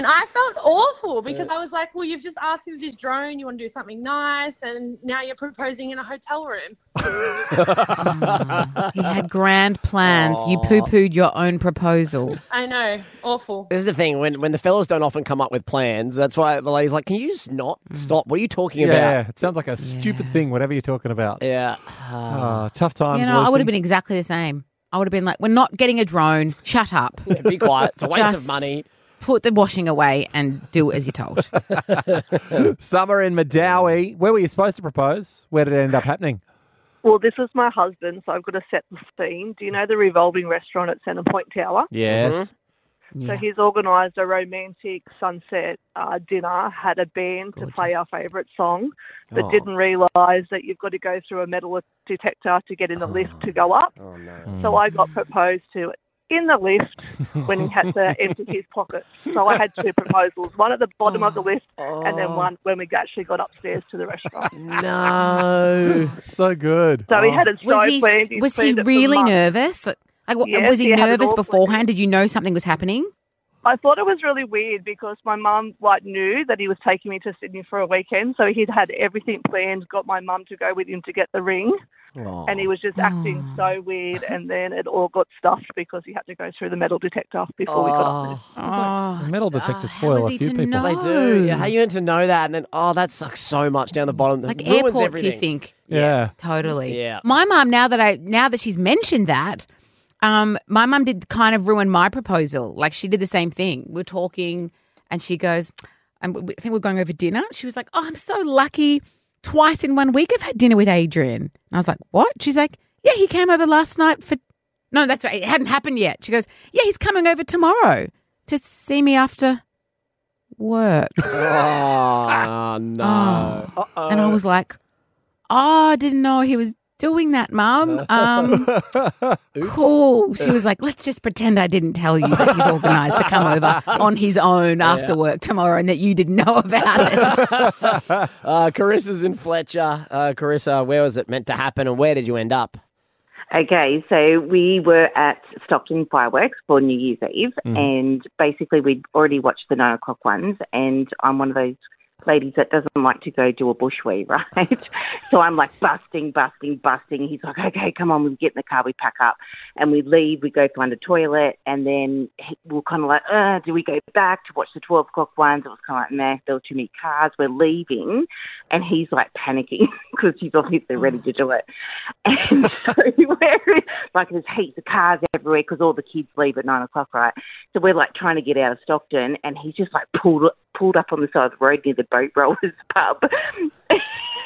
Speaker 10: I felt awful because I was like, well, you've just asked me for this drone, you want to do something nice, and now you're proposing in a hotel room.
Speaker 6: Oh. he had grand plans. You poo pooed your own proposal.
Speaker 10: I know, awful.
Speaker 4: This is the thing when when the fellas don't often come up with plans. That's why the lady's like, "Can you just not stop? What are you talking
Speaker 5: Yeah,
Speaker 4: about?"
Speaker 5: yeah. It sounds like a stupid thing, whatever you're talking about.
Speaker 4: Yeah,
Speaker 5: Ah, tough times.
Speaker 6: You know, I
Speaker 5: Lucy.
Speaker 6: would have been exactly the same. I would have been like, we're not getting a drone. Shut up.
Speaker 4: be quiet. It's a waste of
Speaker 6: Just-
Speaker 4: money.
Speaker 6: Put the washing away and do as you're told.
Speaker 5: Summer in Madawi. Where were you supposed to propose? Where did it end up happening?
Speaker 11: Well, this was my husband, so I've got to set the scene. Do you know the revolving restaurant at Centrepoint Tower? Mm-hmm.
Speaker 5: Yes.
Speaker 11: So he's organised a romantic sunset uh, dinner, had a band to play our favourite song, but
Speaker 4: Oh.
Speaker 11: didn't realise that you've got to go through a metal detector to get in the lift to go up.
Speaker 4: Oh no.
Speaker 6: Hmm.
Speaker 11: So I got proposed to in the lift when he had to empty his pockets. So I had two proposals, one at the bottom of the lift and
Speaker 4: Oh.
Speaker 11: then one when we actually got upstairs to the restaurant.
Speaker 4: No.
Speaker 5: So good.
Speaker 11: So he had it so
Speaker 6: Was he,
Speaker 11: planned. he'd
Speaker 6: was he
Speaker 11: planned it for
Speaker 6: really
Speaker 11: months.
Speaker 6: nervous? Like, like, w-
Speaker 11: Yes,
Speaker 6: was he,
Speaker 11: he had it
Speaker 6: nervous
Speaker 11: all planned.
Speaker 6: beforehand? Did you know something was happening?
Speaker 11: I thought it was really weird because my mum like knew that he was taking me to Sydney for a weekend, so he'd had everything planned, got my mum to go with him to get the ring,
Speaker 4: Oh.
Speaker 11: and he was just acting so weird. And then it all got stuffed because he had to go through the metal detector before we got up.
Speaker 6: Oh,
Speaker 5: metal
Speaker 6: d-
Speaker 5: detectors
Speaker 6: how
Speaker 5: foil
Speaker 6: is
Speaker 5: a
Speaker 6: he
Speaker 5: few
Speaker 6: to
Speaker 5: people.
Speaker 6: know?
Speaker 4: They do. Yeah, how you meant to know that? And then, oh, that sucks so much down the bottom.
Speaker 6: Like
Speaker 4: It ruins
Speaker 6: airports,
Speaker 4: everything.
Speaker 6: you think.
Speaker 5: Yeah.
Speaker 6: Totally.
Speaker 4: Yeah.
Speaker 6: My mom, now that I now that she's mentioned that, um, my mom did kind of ruin my proposal. Like she did the same thing. We're talking, and she goes, um, we- "I think we're going over dinner." She was like, "Oh, I'm so lucky. Twice in one week, I've had dinner with Adrian." And I was like, "What?" She's like, "Yeah, he came over last night for No, that's right. It hadn't happened yet. She goes, yeah, he's coming over tomorrow to see me after work.
Speaker 4: Oh, no.
Speaker 6: Oh. And I was like, oh, I didn't know he was doing that, mum. Um, cool. She was like, let's just pretend I didn't tell you that he's organised to come over on his own after work tomorrow and that you didn't know about it.
Speaker 4: uh, Carissa's in Fletcher. Uh, Carissa, where was it meant to happen and where did you end up?
Speaker 12: Okay, so we were at Stockton Fireworks for New Year's Eve,
Speaker 4: Mhm.
Speaker 12: and basically we'd already watched the nine o'clock ones, and I'm one of those ladies that doesn't like to go do a bushwee, right? so I'm like busting, busting, busting. He's like, okay, come on, we get in the car, we pack up, and we leave, we go find a toilet, and then he- we're kind of like, uh, do we go back to watch the 12 o'clock ones? It was kind of like, nah, there were too many cars, we're leaving, and he's like panicking because he's obviously ready to do it. And so we're like, there's heaps of cars everywhere because all the kids leave at nine o'clock, right? So we're like trying to get out of Stockton, and he's just like pulled pulled up on the side of the road near the boat rollers pub,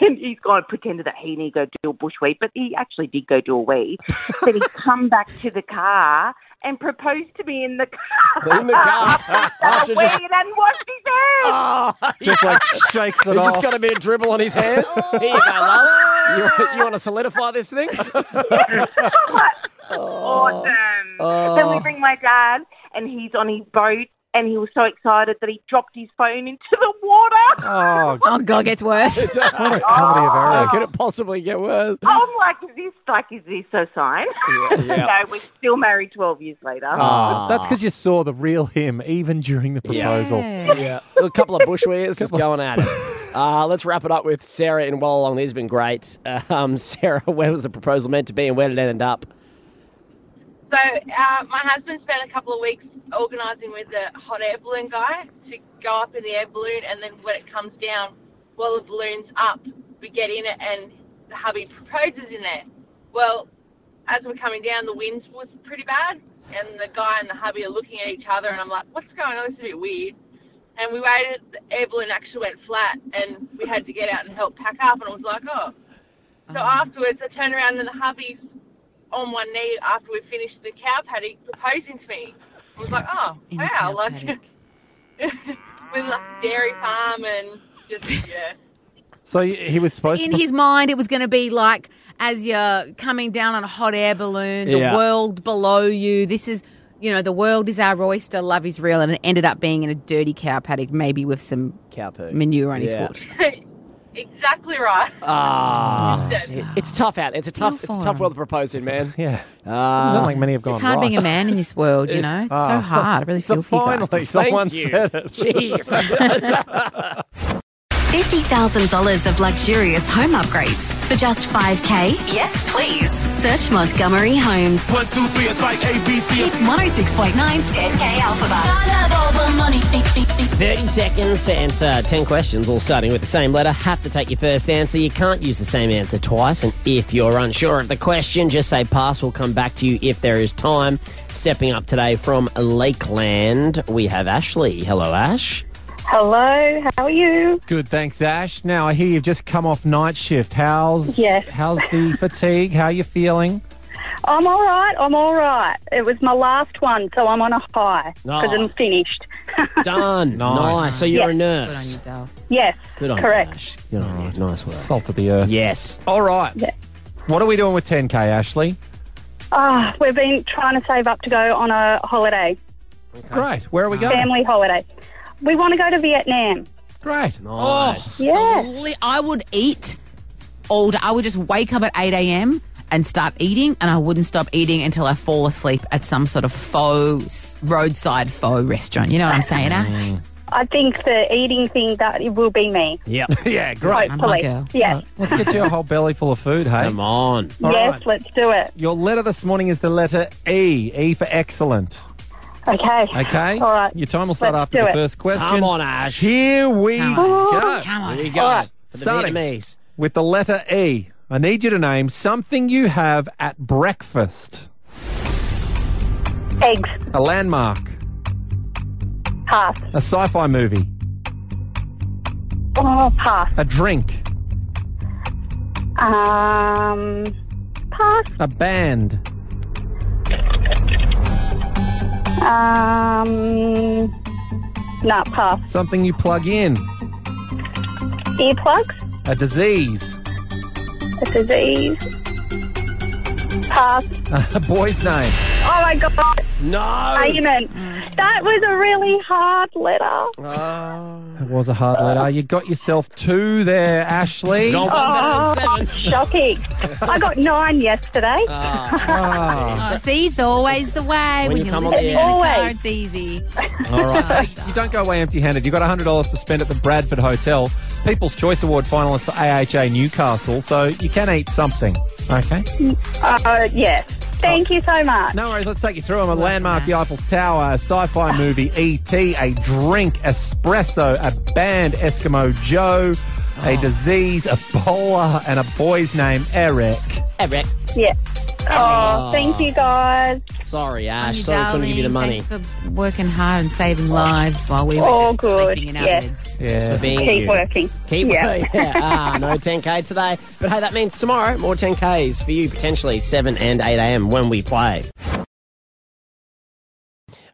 Speaker 12: and he's gone pretended that he needed to go do a bush wee, but he actually did go do a wee. but he's come back to the car and proposed to me in the car.
Speaker 4: In the car. Oh,
Speaker 12: After a wee and washed his hands.
Speaker 5: Just like shakes it
Speaker 4: He's
Speaker 5: off.
Speaker 4: just got a bit of dribble on his hands. Here you go, love. You, you want to solidify this thing?
Speaker 12: awesome.
Speaker 5: Oh.
Speaker 12: Then we bring my dad, and he's on his boat, and he was so excited that he dropped his phone into the water.
Speaker 5: Oh,
Speaker 6: Oh, God, gets worse.
Speaker 5: What a comedy of errors.
Speaker 4: Could it possibly get worse?
Speaker 12: I'm like, is this like, is this a sign?
Speaker 4: Yeah, yeah.
Speaker 12: no, we're still married 12 years later.
Speaker 5: Ah, That's because you saw the real him even during the proposal.
Speaker 4: Yeah. A couple of bushwears just going at it. Uh, let's wrap it up with Sarah in Wollongong. This has been great. Um, Sarah, where was the proposal meant to be and where did it end up?
Speaker 13: So uh, my husband spent a couple of weeks organising with the hot air balloon guy to go up in the air balloon, and then when it comes down, while the balloon's up, we get in it, and the hubby proposes in there. Well, as we're coming down, the wind was pretty bad, and the guy and the hubby are looking at each other, and I'm like, "What's going on? This is a bit weird." And we waited. The air balloon actually went flat, and we had to get out and help pack up. And I was like, "Oh." So afterwards, I turned around and the hubby's on one knee after we finished the cow paddock proposing to me. I was like, oh, wow, like with like dairy farm and just, yeah.
Speaker 5: So y- he was supposed
Speaker 6: in
Speaker 5: to.
Speaker 6: his mind, it was going to be like as you're coming down on a hot air balloon, the
Speaker 5: Yeah.
Speaker 6: world below you. This is, you know, the world is our oyster, love is real, and it ended up being in a dirty cow paddock, maybe with some
Speaker 4: cow poo
Speaker 6: manure on his
Speaker 4: Yeah.
Speaker 6: foot.
Speaker 13: exactly right.
Speaker 4: Ah,
Speaker 13: Missed it.
Speaker 4: it's tough out. It's a tough, it's a tough world to propose in, man.
Speaker 5: Yeah,
Speaker 4: uh,
Speaker 5: Doesn't like many have
Speaker 6: It's
Speaker 5: gone
Speaker 6: hard
Speaker 5: right.
Speaker 6: being a man in this world, you know. It's so
Speaker 5: Ah.
Speaker 6: hard. I really feel for you guys.
Speaker 5: Finally, someone said it.
Speaker 6: Jeez.
Speaker 1: $50,000 of luxurious home upgrades for just 5K? Yes, please. Search Montgomery Homes. 1, 2, 3, it's like ABC. Hit 106.9 10K Alphabet.
Speaker 4: 30 seconds to answer 10 questions, all starting with the same letter. Have to take your first answer. You can't use the same answer twice. And if you're unsure of the question, just say pass. We'll come back to you if there is time. Stepping up today from Lakeland, we have Ashley. Hello, Ash.
Speaker 14: Hello, how are you?
Speaker 5: Good, thanks, Ash. Now I hear you've just come off night shift. How's
Speaker 14: Yes.
Speaker 5: How's the fatigue? How you feeling?
Speaker 14: I'm all right. I'm all right. It was my last one, so I'm on a high because
Speaker 4: Nice.
Speaker 14: I'm finished.
Speaker 4: Oh. Done.
Speaker 5: Nice.
Speaker 4: So you're a
Speaker 14: Yes.
Speaker 4: nurse.
Speaker 14: Yes,
Speaker 4: Good on you,
Speaker 14: correct.
Speaker 4: Good on you. Nice work.
Speaker 5: Oh, Salt of the earth.
Speaker 4: Yes.
Speaker 5: All right. What are we doing with 10k, Ashley?
Speaker 14: Ah, we've been trying to save up to go on a holiday,
Speaker 5: Great. Where are we going?
Speaker 14: family holiday. We want to go to Vietnam.
Speaker 5: Great.
Speaker 6: Oh, deli- I would eat all day. I would just wake up at 8 a.m. and start eating, and I wouldn't stop eating until I fall asleep at some sort of faux roadside faux restaurant. You know what I'm saying, Ash?
Speaker 5: Mm.
Speaker 14: I think the eating thing that it will be me.
Speaker 4: Yep.
Speaker 5: yeah. Great.
Speaker 14: Hopefully, yes,
Speaker 5: Let's get you a whole belly full of food. Hey. Come
Speaker 4: on.
Speaker 14: yes. Let's do it.
Speaker 5: Your letter this morning is the letter E. E for excellent.
Speaker 14: Okay.
Speaker 5: Okay.
Speaker 14: All right.
Speaker 5: Your time will start
Speaker 14: Let's
Speaker 5: after
Speaker 14: do
Speaker 5: the
Speaker 14: it.
Speaker 5: first question.
Speaker 4: Come on, Ash.
Speaker 5: Here we
Speaker 4: Come
Speaker 5: go.
Speaker 4: on. Come on. Here we go.
Speaker 5: All right.
Speaker 4: For the
Speaker 5: Starting
Speaker 4: Vietnamese.
Speaker 5: with the letter E. I need you to name something you have at breakfast.
Speaker 14: Eggs.
Speaker 5: A landmark.
Speaker 14: Pass.
Speaker 5: A sci-fi movie.
Speaker 14: Oh, pass.
Speaker 5: A drink.
Speaker 14: Um, pass.
Speaker 5: A band.
Speaker 14: Um, nah, pass.
Speaker 5: Something you plug in.
Speaker 14: Earplugs?
Speaker 5: A disease.
Speaker 14: A disease? Pass.
Speaker 5: A boy's name.
Speaker 14: Oh my god.
Speaker 4: No.
Speaker 14: Payment. That was a really hard letter.
Speaker 5: It was a hard letter. You got yourself two there, Ashley.
Speaker 14: oh, shocking. I got nine yesterday.
Speaker 6: Oh, see, it's always the way.
Speaker 5: When
Speaker 6: When,
Speaker 5: you
Speaker 6: you
Speaker 5: come on
Speaker 6: live
Speaker 5: the
Speaker 6: in
Speaker 5: air.
Speaker 6: the car,
Speaker 5: Always.
Speaker 6: it's easy.
Speaker 5: All right. You don't go away empty handed. You've got $100 to spend at the Bradford Hotel, People's Choice Award finalist for AHA Newcastle, so you can eat something. Okay.
Speaker 14: Uh, yes. Thank you so much.
Speaker 5: No worries, let's take you through them. A landmark, the Eiffel Tower, a sci fi movie, E.T., a drink, espresso, a band, Eskimo Joe, a disease, a bowler, and a boy's name, Eric.
Speaker 4: Eric.
Speaker 14: Yeah. Oh,
Speaker 4: Oh.
Speaker 14: thank you guys.
Speaker 4: Sorry, Ash.
Speaker 6: you,
Speaker 4: Sorry, I couldn't give you the money.
Speaker 6: darling. Thanks for working hard and saving lives while we were
Speaker 4: Oh,
Speaker 14: All
Speaker 6: just
Speaker 14: good.
Speaker 6: sleeping in our
Speaker 14: Yes.
Speaker 6: beds.
Speaker 4: Thanks for being
Speaker 14: Keep
Speaker 4: here.
Speaker 14: working.
Speaker 4: Keep
Speaker 14: Yeah.
Speaker 4: working. Yeah. Ah, no 10K today. But hey, that means tomorrow, more 10Ks for you, potentially 7 and 8 a.m. when we play.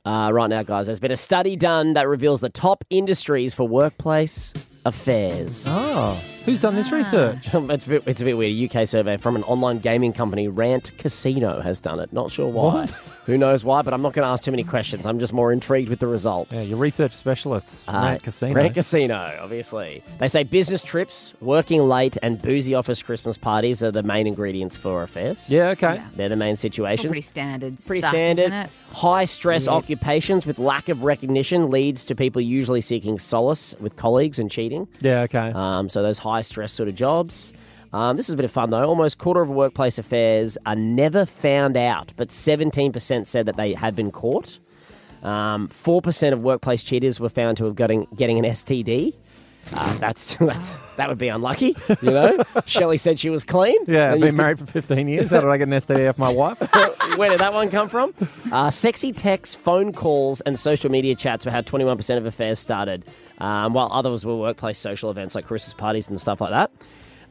Speaker 4: Uh, right now, guys, there's been a study done that reveals the top industries for workplace affairs.
Speaker 5: Oh, who's done this research?
Speaker 4: it's, a bit, it's a bit weird. A UK survey from an online gaming company, Rant Casino, has done it. Not sure why.
Speaker 5: What?
Speaker 4: Who knows why, but I'm not going to ask too many questions. I'm just more intrigued with the results.
Speaker 5: Yeah, your research specialists,
Speaker 4: Uh,
Speaker 5: Rant Casino.
Speaker 4: Rant Casino, obviously. They say business trips, working late, and boozy office Christmas parties are the main ingredients for affairs.
Speaker 5: Yeah, okay.
Speaker 4: They're the main situations.
Speaker 6: Pretty standard
Speaker 4: Pretty
Speaker 6: stuff,
Speaker 4: standard.
Speaker 6: isn't it?
Speaker 4: High stress
Speaker 6: Yeah.
Speaker 4: occupations with lack of recognition leads to people usually seeking solace with colleagues and cheating.
Speaker 5: Yeah, okay.
Speaker 4: Um, so those high stress sort of jobs. Um, this is a bit of fun though. Almost quarter of workplace affairs are never found out, but 17% said that they had been caught. Um, 4% of workplace cheaters were found to have gotten, getting an STD. Uh, that's, that's that would be unlucky, you know. Shelley said she was clean.
Speaker 5: Yeah, I've
Speaker 4: And you
Speaker 5: been married for 15 years. How did I get an STD off my wife?
Speaker 4: Where did that one come from? Uh, sexy texts, phone calls, and social media chats were how 21% of affairs started, um, while others were workplace social events like Christmas parties and stuff like that.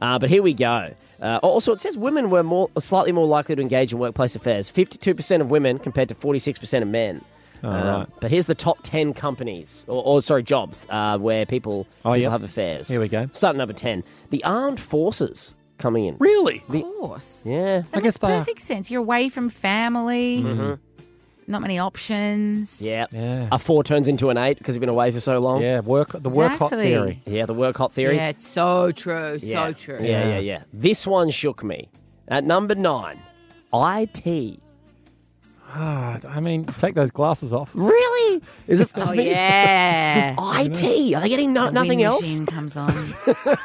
Speaker 4: Uh, but here we go. Uh, also, it says women were more slightly more likely to engage in workplace affairs 52% of women compared to 46% of men.
Speaker 5: Oh,
Speaker 4: Um,
Speaker 5: right.
Speaker 4: But here's the top 10 companies, or, or sorry, jobs, uh, where people, people
Speaker 5: yep.
Speaker 4: have affairs.
Speaker 5: Oh, Here we go.
Speaker 4: Starting number 10, the armed forces coming in.
Speaker 5: Really?
Speaker 4: The-
Speaker 6: Of course.
Speaker 4: yeah.
Speaker 6: That makes perfect sense. You're away from family.
Speaker 4: Mhm.
Speaker 6: Not many options.
Speaker 4: Yeah. A four turns into an eight because you've been away for so long.
Speaker 5: Yeah, work the
Speaker 6: work hot Exactly. theory.
Speaker 4: Yeah, the work hot theory.
Speaker 6: Yeah, it's so true.
Speaker 4: Yeah.
Speaker 6: So true.
Speaker 4: Yeah, yeah, yeah. This one shook me. At number nine, IT.
Speaker 5: Ah, I mean, take those glasses off.
Speaker 4: Really? Is it?
Speaker 6: Oh, yeah.
Speaker 4: IT. Are they getting no-
Speaker 6: The
Speaker 4: nothing
Speaker 6: wind
Speaker 4: else?
Speaker 6: machine comes on.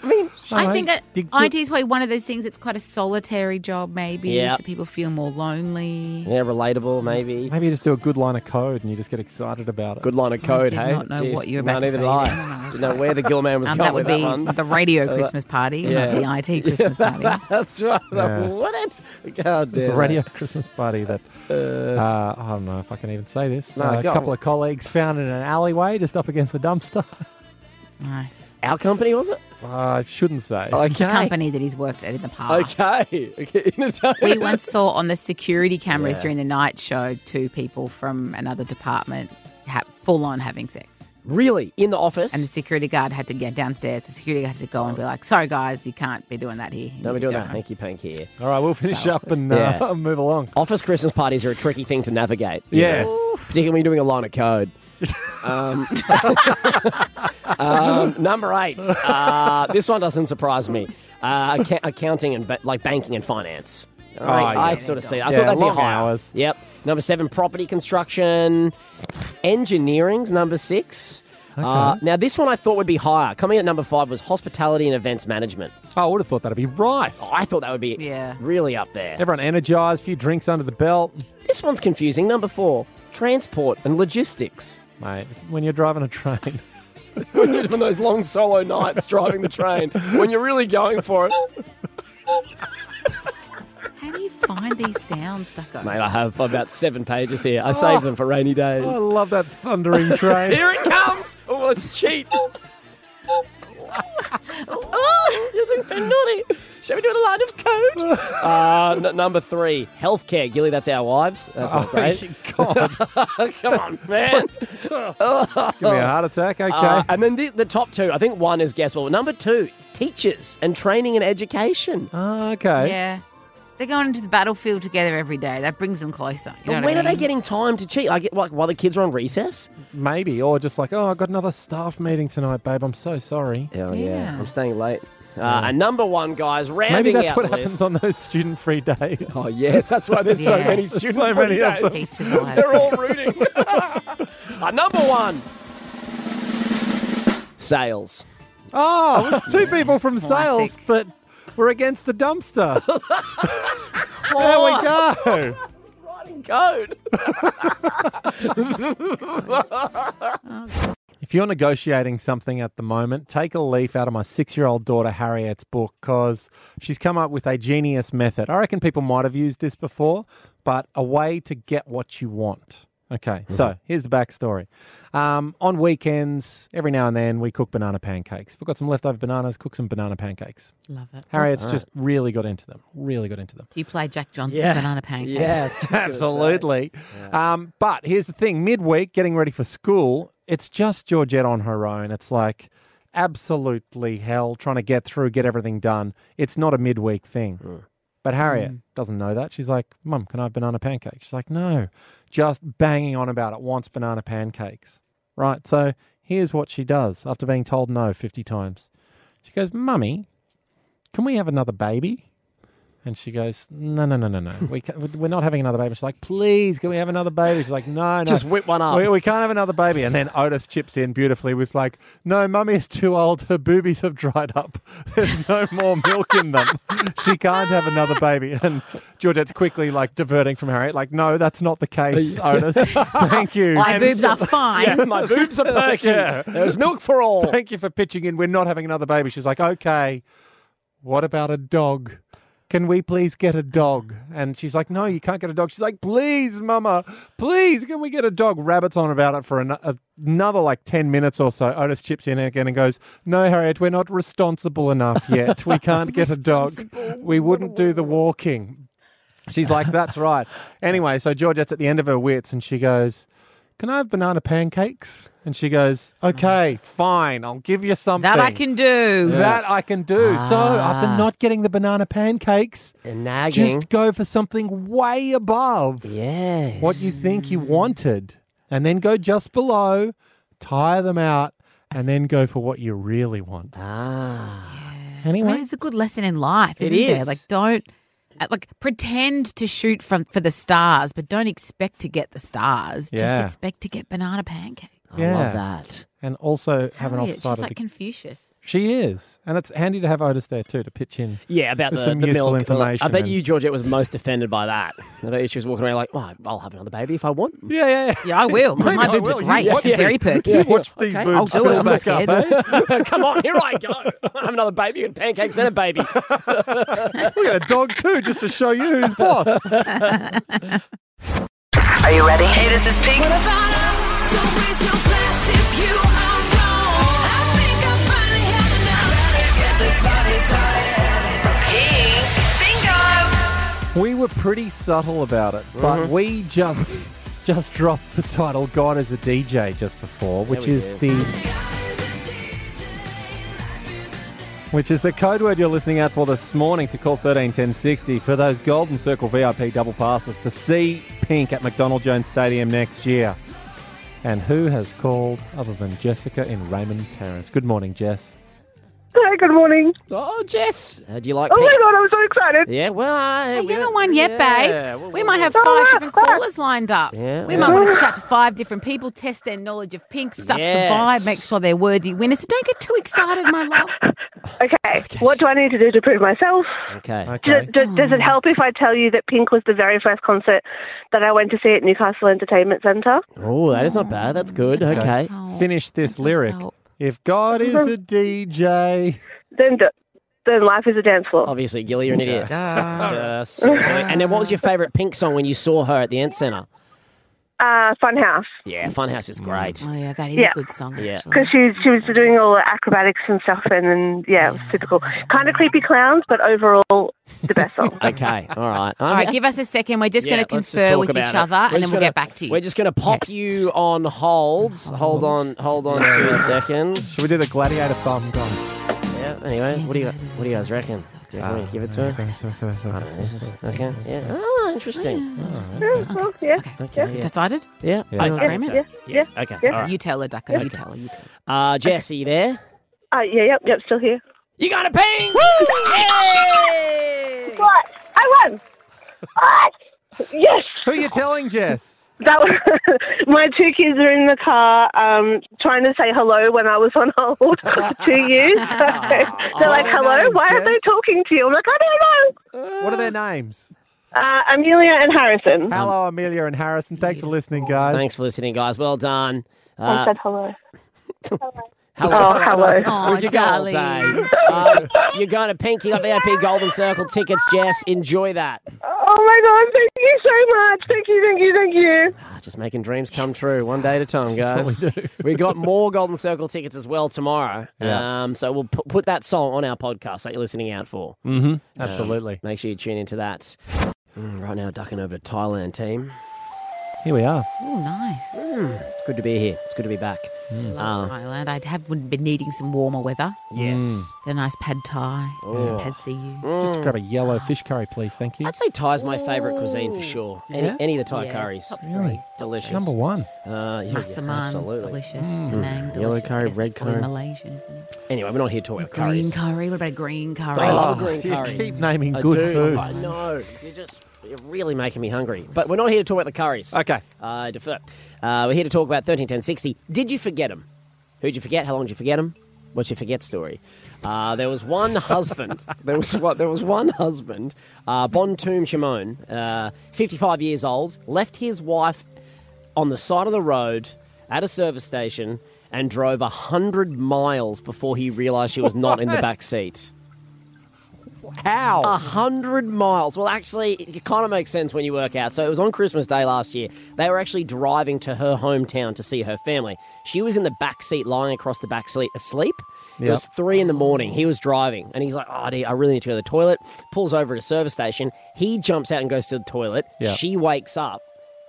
Speaker 4: I mean,
Speaker 6: I think that
Speaker 4: You-
Speaker 6: IT is probably one of those things that's quite a solitary job, maybe.
Speaker 4: Yeah.
Speaker 6: So people feel more lonely.
Speaker 4: Yeah, relatable, maybe.
Speaker 5: Maybe you just do a good line of code and you just get excited about it.
Speaker 4: Good line of code,
Speaker 6: did
Speaker 4: hey?
Speaker 6: not know
Speaker 4: Jeez,
Speaker 6: what you were about
Speaker 4: no, neither
Speaker 6: to say
Speaker 4: did I.
Speaker 6: then. I don't know.
Speaker 4: Didn't know where the gill man was
Speaker 6: Um,
Speaker 4: going
Speaker 6: that would
Speaker 4: with
Speaker 6: be
Speaker 4: that one.
Speaker 6: the radio Christmas party,
Speaker 4: Yeah.
Speaker 6: not the IT Christmas party.
Speaker 4: That's right.
Speaker 5: Yeah.
Speaker 4: What Oh, it? God
Speaker 5: It's
Speaker 4: damn
Speaker 5: a
Speaker 4: it.
Speaker 5: radio Christmas party that uh, I don't know if I can even say this.
Speaker 4: No,
Speaker 5: Uh, a
Speaker 4: go on.
Speaker 5: couple of colleagues found in an alleyway just up against a dumpster.
Speaker 6: Nice.
Speaker 4: Our company, was it?
Speaker 5: I shouldn't say.
Speaker 6: The company that he's worked at in the past.
Speaker 4: Okay. okay.
Speaker 6: we once saw on the security cameras
Speaker 4: Yeah.
Speaker 6: during the night show two people from another department ha- full on having sex.
Speaker 4: Really? In the office?
Speaker 6: And the security guard had to get downstairs. The security guard had to go and be like, sorry, guys, you can't be doing that here.
Speaker 4: Don't
Speaker 6: You
Speaker 4: be
Speaker 6: need to
Speaker 4: doing
Speaker 6: go
Speaker 4: that.
Speaker 6: home."
Speaker 4: Thank you, Pank here.
Speaker 5: All right, we'll finish
Speaker 4: So-
Speaker 5: up and uh,
Speaker 4: Yeah.
Speaker 5: move along.
Speaker 4: Office Christmas parties are a tricky thing to navigate. you
Speaker 5: Yes.
Speaker 4: know, Particularly when you're doing a line of code. um, um, number eight. Uh, this one doesn't surprise me. Uh, acc- accounting and ba- like banking and finance.
Speaker 5: Oh,
Speaker 4: I, I
Speaker 5: yeah.
Speaker 4: sort of see. I
Speaker 5: Yeah,
Speaker 4: thought that'd
Speaker 5: long
Speaker 4: be higher.
Speaker 5: hours.
Speaker 4: Yep. Number seven, property construction, engineering's number six. Uh, now this one I thought would be higher. Coming in at number five was hospitality and events management.
Speaker 5: Oh,
Speaker 4: Oh,
Speaker 5: I would have thought that'd be rife.
Speaker 4: I thought that would be
Speaker 6: Yeah.
Speaker 4: really up there.
Speaker 5: Everyone energized, few drinks under the belt.
Speaker 4: This one's confusing. Number four, transport and logistics.
Speaker 5: Mate, when you're driving a train.
Speaker 4: when you're doing those long solo nights driving the train, when you're really going for it.
Speaker 6: How do you find these sounds, Ducko?
Speaker 4: Mate, I have about seven pages here.
Speaker 5: Oh.
Speaker 4: I saved them for rainy days.
Speaker 5: I love that thundering train.
Speaker 4: Oh, Here it comes! Oh, let's cheat! oh, you're being so naughty. Shall we do a line of code? Uh, n- number three, healthcare. Gilly, that's our wives. That's not
Speaker 5: Oh,
Speaker 4: great. Come on, man. it's
Speaker 5: Give me a heart attack. Okay.
Speaker 4: Uh, and then the, the top two, I think one is guessable. Number two, teachers and training and education.
Speaker 5: Oh, okay.
Speaker 6: Yeah. They're going into the battlefield together every day. That brings them closer. You know
Speaker 4: But
Speaker 6: what
Speaker 4: when
Speaker 6: I
Speaker 4: are they
Speaker 6: mean?
Speaker 4: getting time to cheat? Like, like while the kids are on recess?
Speaker 5: Maybe, or just like, oh, I got another staff meeting tonight, babe. I'm so sorry.
Speaker 4: Oh, yeah. I'm staying late. Uh, and number one, guys, rounding
Speaker 5: Maybe that's
Speaker 4: out
Speaker 5: what
Speaker 4: the
Speaker 5: happens
Speaker 4: list.
Speaker 5: on those student-free days.
Speaker 4: Oh yes, that's why there's so many students.
Speaker 5: so many of them.
Speaker 4: They're all rooting. uh, number one, sales.
Speaker 5: Oh, two people from sales that were against the dumpster. there we go.
Speaker 4: Writing code.
Speaker 5: If you're negotiating something at the moment, take a leaf out of my six year old daughter Harriet's book because she's come up with a genius method. I reckon people might have used this before, but a way to get what you want. Okay, so
Speaker 6: Mm-hmm.
Speaker 5: here's the backstory. Um, on weekends, every now and then, we cook banana pancakes. If we've got some leftover bananas, cook some banana pancakes.
Speaker 6: Love it.
Speaker 5: Harriet's
Speaker 6: All right.
Speaker 5: just really got into them, really got into them.
Speaker 6: Do you play Jack Johnson
Speaker 5: Yeah.
Speaker 6: banana pancakes?
Speaker 5: absolutely. Um, but here's the thing: midweek, getting ready for school, it's just Georgette on her own. It's like absolutely hell trying to get through, get everything done. It's not a midweek thing. But Harriet doesn't know that. She's like, "Mum, can I have banana pancakes?" She's like, "No," just banging on about it. Wants banana pancakes, right? So here's what she does after being told no fifty times. She goes, "Mummy, can we have another baby?" And she goes, no, no, no, no, no. We ca we're not having another baby. She's like, please, can we have another baby? She's like, no, no.
Speaker 4: Just whip one up.
Speaker 5: We, we can't have another baby. And then Otis chips in beautifully was like, no, mummy is too old. Her boobies have dried up. There's no more milk in them. She can't have another baby. And Georgette's quickly like diverting from Harriet, like, no, that's not the case, Otis. Thank you.
Speaker 6: My
Speaker 5: And
Speaker 6: boobs
Speaker 5: so-
Speaker 6: are fine.
Speaker 5: Yeah.
Speaker 4: My boobs are perky.
Speaker 5: Yeah.
Speaker 4: There's milk for all.
Speaker 5: Thank you for pitching in. We're not having another baby. She's like, okay, what about a dog? Can we please get a dog? And she's like, no, you can't get a dog. She's like, please, mama, please, can we get a dog? Rabbits on about it for an- a- another like 10 minutes or so. Otis chips in again and goes, no, Harriet, we're not responsible enough yet. We can't get a dog. We wouldn't do the walking. She's like, that's right. Anyway, so Georgette's at the end of her wits and she goes, Can I have banana pancakes? And she goes, Okay, fine. I'll give you something.
Speaker 6: That I can do.
Speaker 5: That I can do. So after
Speaker 6: Ah.
Speaker 5: not getting the banana pancakes,
Speaker 4: And nagging.
Speaker 5: just go for something way above
Speaker 4: yes.
Speaker 5: what you think you wanted. And then go just below, tire them out, and then go for what you really want.
Speaker 4: Ah.
Speaker 5: Anyway.
Speaker 6: I mean, it's a good lesson in life,
Speaker 5: It
Speaker 6: isn't there?
Speaker 5: is.
Speaker 6: Like, don't uh, like pretend to shoot from for the stars, but don't expect to get the stars. Just
Speaker 5: Yeah.
Speaker 6: expect to get banana pancakes.
Speaker 4: that.
Speaker 5: And also have an
Speaker 6: Harriet, she's
Speaker 5: offside of
Speaker 6: like
Speaker 5: the
Speaker 6: Confucius.
Speaker 5: She is, and it's handy to have Otis there too to pitch in.
Speaker 4: Yeah, about
Speaker 5: with
Speaker 4: the,
Speaker 5: some
Speaker 4: the
Speaker 5: useful
Speaker 4: milk.
Speaker 5: information.
Speaker 4: I bet
Speaker 5: and-
Speaker 4: you, Georgette, was most offended by that. I bet you she was walking around like, "Oh, I'll have another baby if I want."
Speaker 5: Yeah, yeah, yeah.
Speaker 6: Yeah, I will. 'cause
Speaker 4: Maybe
Speaker 6: my
Speaker 4: I
Speaker 6: boobs
Speaker 4: will.
Speaker 6: are
Speaker 4: You
Speaker 6: great.
Speaker 4: watch
Speaker 6: It's very
Speaker 4: me.
Speaker 6: perky.
Speaker 4: You watch
Speaker 5: these
Speaker 6: okay, I'll
Speaker 5: boobs
Speaker 6: do
Speaker 5: fill
Speaker 6: it. I'm not
Speaker 5: back up,
Speaker 6: scared.
Speaker 5: eh?
Speaker 4: Come on, here I go. I have another baby and pancakes and a baby.
Speaker 5: we got a dog too, just to show you who's boss.
Speaker 9: Are you ready? Hey, this is Pink.
Speaker 5: We were pretty subtle about it, but
Speaker 4: Mhm.
Speaker 5: we just just dropped the title "God is a DJ" just before, which
Speaker 4: we
Speaker 5: is
Speaker 4: did.
Speaker 5: the which is the code word you're listening out for this morning to call thirteen ten sixty for those Golden Circle VIP double passes to see Pink at McDonald Jones Stadium next year. And who has called other than Jessica in Raymond Terrace? Good morning, Jess.
Speaker 15: Hey, good morning.
Speaker 4: Oh, Jess, uh, do you like?
Speaker 15: Oh my
Speaker 4: pink?
Speaker 15: god, I'm so excited.
Speaker 4: Yeah, well, I,
Speaker 6: You haven't won yet,
Speaker 4: Yeah,
Speaker 6: babe.
Speaker 4: well,
Speaker 6: We
Speaker 4: well,
Speaker 6: might have
Speaker 4: well.
Speaker 6: five different callers lined up.
Speaker 4: Yeah,
Speaker 6: we
Speaker 4: yeah.
Speaker 6: might want to chat to five different people, test their knowledge of pink, suss
Speaker 15: Yes.
Speaker 6: the vibe, make sure they're worthy winners. So don't get too excited, my love.
Speaker 15: Okay. what do I need to do to prove myself?
Speaker 4: Okay.
Speaker 15: Do- do- does it help if I tell you that Pink was the very first concert that I went to see at Newcastle Entertainment Centre?
Speaker 4: Oh, that is not bad. That's good. Okay.
Speaker 5: Finish this lyric. If God is a DJ.
Speaker 15: Then, d- then life is a dance floor.
Speaker 4: Obviously, Gilly, you're an idiot. Ah.
Speaker 6: Duh.
Speaker 4: Duh, silly. and then, what was your favourite Pink song when you saw her at the Ant Centre?
Speaker 15: Uh, Funhouse.
Speaker 4: Yeah, Funhouse is great.
Speaker 15: Oh, yeah, that
Speaker 4: is
Speaker 15: a Yeah.
Speaker 4: good song. Yeah.
Speaker 15: Because she, she was doing all the acrobatics and stuff, and, then yeah, it was super cool. Kind of creepy clowns, but overall, the best song.
Speaker 4: Okay, all right.
Speaker 6: All right, give us a second. We're just
Speaker 4: Yeah,
Speaker 6: going to
Speaker 4: let's just
Speaker 6: confer
Speaker 4: talk
Speaker 6: with each
Speaker 4: about it.
Speaker 6: other,
Speaker 4: We're
Speaker 6: and then
Speaker 4: just
Speaker 6: we'll
Speaker 4: gonna-
Speaker 6: get back to you.
Speaker 4: We're just going to pop you on hold. Hold on, hold on two seconds.
Speaker 5: Should we do the gladiator farm guns?
Speaker 4: Yeah. Anyway, what do you what do you guys reckon? Do you want to give it to her? I don't know. Okay. Yeah. Oh, interesting.
Speaker 15: yeah.
Speaker 4: Okay. yeah.
Speaker 6: Decided?
Speaker 4: Yeah.
Speaker 6: Yeah.
Speaker 4: I-
Speaker 6: All
Speaker 4: I think
Speaker 6: agreement?
Speaker 4: so.
Speaker 15: Yeah,
Speaker 4: Yeah. Okay.
Speaker 15: yeah.
Speaker 4: all right.
Speaker 6: You tell her, Ducko. You tell her. You tell her.
Speaker 4: Uh, Jess, are you there?
Speaker 15: Uh, yeah, yep, yep, still here.
Speaker 4: You got a ping!
Speaker 15: What? I won! What? Yes!
Speaker 5: Who are you telling, Jess?
Speaker 15: That was, my two kids are in the car um, trying to say hello when I was on hold to you. So, they're like,
Speaker 5: Oh,
Speaker 15: hello? Why aren't they talking to you? I'm like, I don't know.
Speaker 5: What are their names?
Speaker 15: Uh, Amelia and Harrison.
Speaker 5: Hello, Amelia and Harrison. Thanks for listening, guys.
Speaker 4: Thanks for listening, guys. Well done.
Speaker 15: I
Speaker 4: Uh,
Speaker 15: said hello.
Speaker 4: hello.
Speaker 15: Oh, hello.
Speaker 4: Oh, you go all day. Uh, you got a pink. You got VIP Golden Circle tickets, Jess. Enjoy that.
Speaker 15: Oh my God, thank you so much. Thank you, thank you, thank you.
Speaker 4: Ah, Just making dreams come true, one day at a time, guys.
Speaker 5: That's what we do.
Speaker 4: we got more Golden Circle tickets as well tomorrow.
Speaker 5: Yeah.
Speaker 4: Um, so we'll pu- put that song on our podcast that you're listening out for.
Speaker 5: Mhm.
Speaker 4: Um,
Speaker 5: Absolutely.
Speaker 4: make sure you tune into that. Mm, right now, ducking over to Thailand team.
Speaker 5: Here we are.
Speaker 6: Oh, nice.
Speaker 4: It's good to be here. It's good to be back. Uh,
Speaker 6: Love Thailand. I'd have would been needing some warmer weather.
Speaker 4: Yes. Mm.
Speaker 6: Get a nice pad thai.
Speaker 4: Oh.
Speaker 6: Pad see you. Ah.
Speaker 5: Just grab a yellow fish curry, please. Thank you.
Speaker 4: I'd say Thai's my favourite cuisine for sure. Any,
Speaker 5: Yeah?
Speaker 4: any of the Thai
Speaker 6: Yeah,
Speaker 4: curries.
Speaker 6: top
Speaker 5: Really?
Speaker 4: Delicious.
Speaker 5: Number one. Mm.
Speaker 4: Uh, yeah, yeah,
Speaker 6: Massaman,
Speaker 4: absolutely.
Speaker 6: delicious. Penang,
Speaker 4: Yellow
Speaker 6: delicious. I
Speaker 4: curry,
Speaker 6: guess
Speaker 4: red
Speaker 6: it's probably
Speaker 4: curry.
Speaker 6: Malaysian, isn't it?
Speaker 4: Anyway, we're not here to talk about
Speaker 6: Green
Speaker 4: curries.
Speaker 6: curry. What about green curry?
Speaker 4: I love a green curry.
Speaker 5: keep naming
Speaker 4: I
Speaker 5: good
Speaker 4: do.
Speaker 5: foods.
Speaker 4: I know. You're just you're really making me hungry. But we're not here to talk about the curries.
Speaker 5: Okay.
Speaker 4: I defer. Uh, we're here to talk about 131060. Did you forget them? Who'd you forget? How long did you forget them? What's your forget story? Uh, there was one husband. there was what? There was one husband. Uh, Bontoum Shimon, uh, 55 years old, left his wife on the side of the road at a service station and drove 100 miles before he realised she was not in the
Speaker 5: What?
Speaker 4: back seat.
Speaker 5: How?
Speaker 4: A hundred miles. Well, actually, it kind of makes sense when you work out. So it was on Christmas Day last year. They were actually driving to her hometown to see her family. She was in the back seat, lying across the back seat, asleep. It
Speaker 5: Yep.
Speaker 4: was three in the morning. He was driving, and he's like, "Oh, dear, I really need to go to the toilet." Pulls over at a service station. He jumps out and goes to the toilet.
Speaker 5: Yeah.
Speaker 4: She wakes up.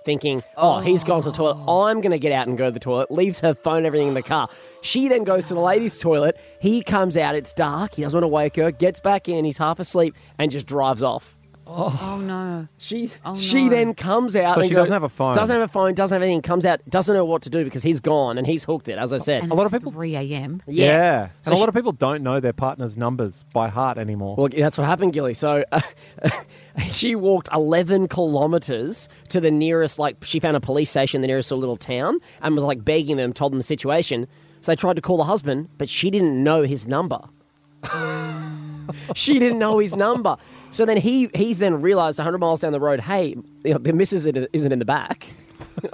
Speaker 4: Thinking, oh, he's gone to the toilet.
Speaker 5: Oh.
Speaker 4: I'm going to get out and go to the toilet. Leaves her phone, everything in the car. She then goes to the ladies' toilet. He comes out. It's dark. He doesn't want to wake her. Gets back in. He's half asleep and just drives off.
Speaker 6: Oh no.
Speaker 4: She
Speaker 6: oh,
Speaker 4: She
Speaker 6: no.
Speaker 4: then comes out.
Speaker 5: So
Speaker 4: and
Speaker 5: she
Speaker 4: goes-
Speaker 5: doesn't have a phone.
Speaker 4: Doesn't have a phone. Doesn't have anything. Comes out. Doesn't know what to do because he's gone and he's hooked it. As I said,
Speaker 6: And a lot of people. 3 a.m.
Speaker 5: Yeah.
Speaker 4: Yeah.
Speaker 5: And
Speaker 4: So
Speaker 5: a
Speaker 4: she-
Speaker 5: lot of people don't know their partner's numbers by heart anymore.
Speaker 4: Well, that's what happened, Gilly. So uh, she walked 11 kilometres to the nearest, like, she found a police station in the nearest little town and was, like, begging them, told them the situation. So they tried to call the husband, but she didn't know his number. she didn't know his number. So then he he's then realised 100 miles down the road, hey, you know, the missus isn't isn't in the back.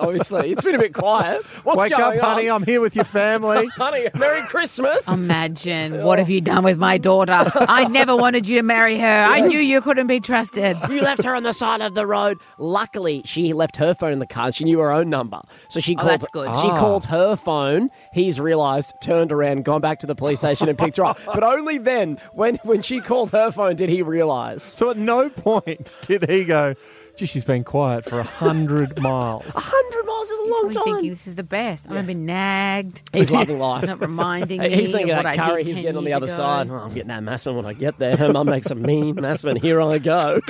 Speaker 4: Obviously, it's been a bit quiet. What's
Speaker 5: Wake up,
Speaker 4: going on?
Speaker 5: honey. I'm here with your family.
Speaker 4: honey, Merry Christmas.
Speaker 6: Imagine what have you done with my daughter? I never wanted you to marry her. I knew you couldn't be trusted.
Speaker 4: You left her on the side of the road. Luckily, she left her phone in the car. and She knew her own number, so she
Speaker 6: Oh,
Speaker 4: called.
Speaker 6: that's good.
Speaker 4: She
Speaker 6: Ah.
Speaker 4: called her phone. He's realised, turned around, gone back to the police station, and picked her up. But only then, when when she called her phone, did he realise.
Speaker 5: So at no point did he go, gee, she's been quiet for a hundred miles.
Speaker 4: Hundred miles is a long
Speaker 6: I'm
Speaker 4: time.
Speaker 6: thinking this is the best. I'm being nagged.
Speaker 4: He's loving life.
Speaker 6: It's not reminding me
Speaker 4: He's thinking
Speaker 6: of
Speaker 4: of
Speaker 6: what
Speaker 4: that
Speaker 6: I
Speaker 4: curry.
Speaker 6: did
Speaker 4: He's
Speaker 6: 10
Speaker 4: getting on the
Speaker 6: years
Speaker 4: other
Speaker 6: ago.
Speaker 4: side. Oh, I'm getting that masman when I get there. Her mum makes a mean masman. Here I go.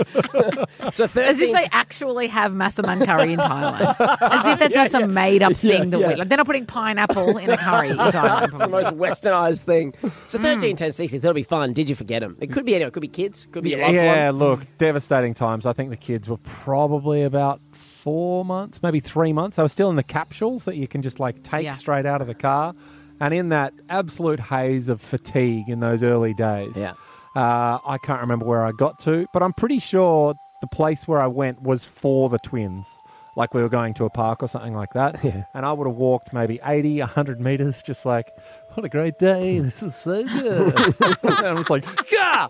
Speaker 4: so 13,
Speaker 6: As if they actually have massaman curry in Thailand. As if that's not some made up thing that
Speaker 4: yeah.
Speaker 6: we like. They're not putting pineapple in a curry in Thailand.
Speaker 4: It's the most westernised thing.
Speaker 6: Hmm.
Speaker 4: So 13, 10, 60, that'll be fun. Did you forget him? It could be anyone. It could be kids. Could be a
Speaker 5: Yeah,
Speaker 4: loved
Speaker 5: yeah,
Speaker 4: one.
Speaker 5: look, devastating times. I think the kids were probably about four months, maybe three months. They were still in the capsules that you can just like take
Speaker 6: Yeah.
Speaker 5: straight out of the car. And in that absolute haze of fatigue in those early days,
Speaker 4: Yeah.
Speaker 5: uh, I can't remember where I got to, but I'm pretty sure the place where I went was for the twins. Like we were going to a park or something like that. And I would have walked maybe 80, 100 meters, just like, what a great day. This is so good. and I was like, yeah.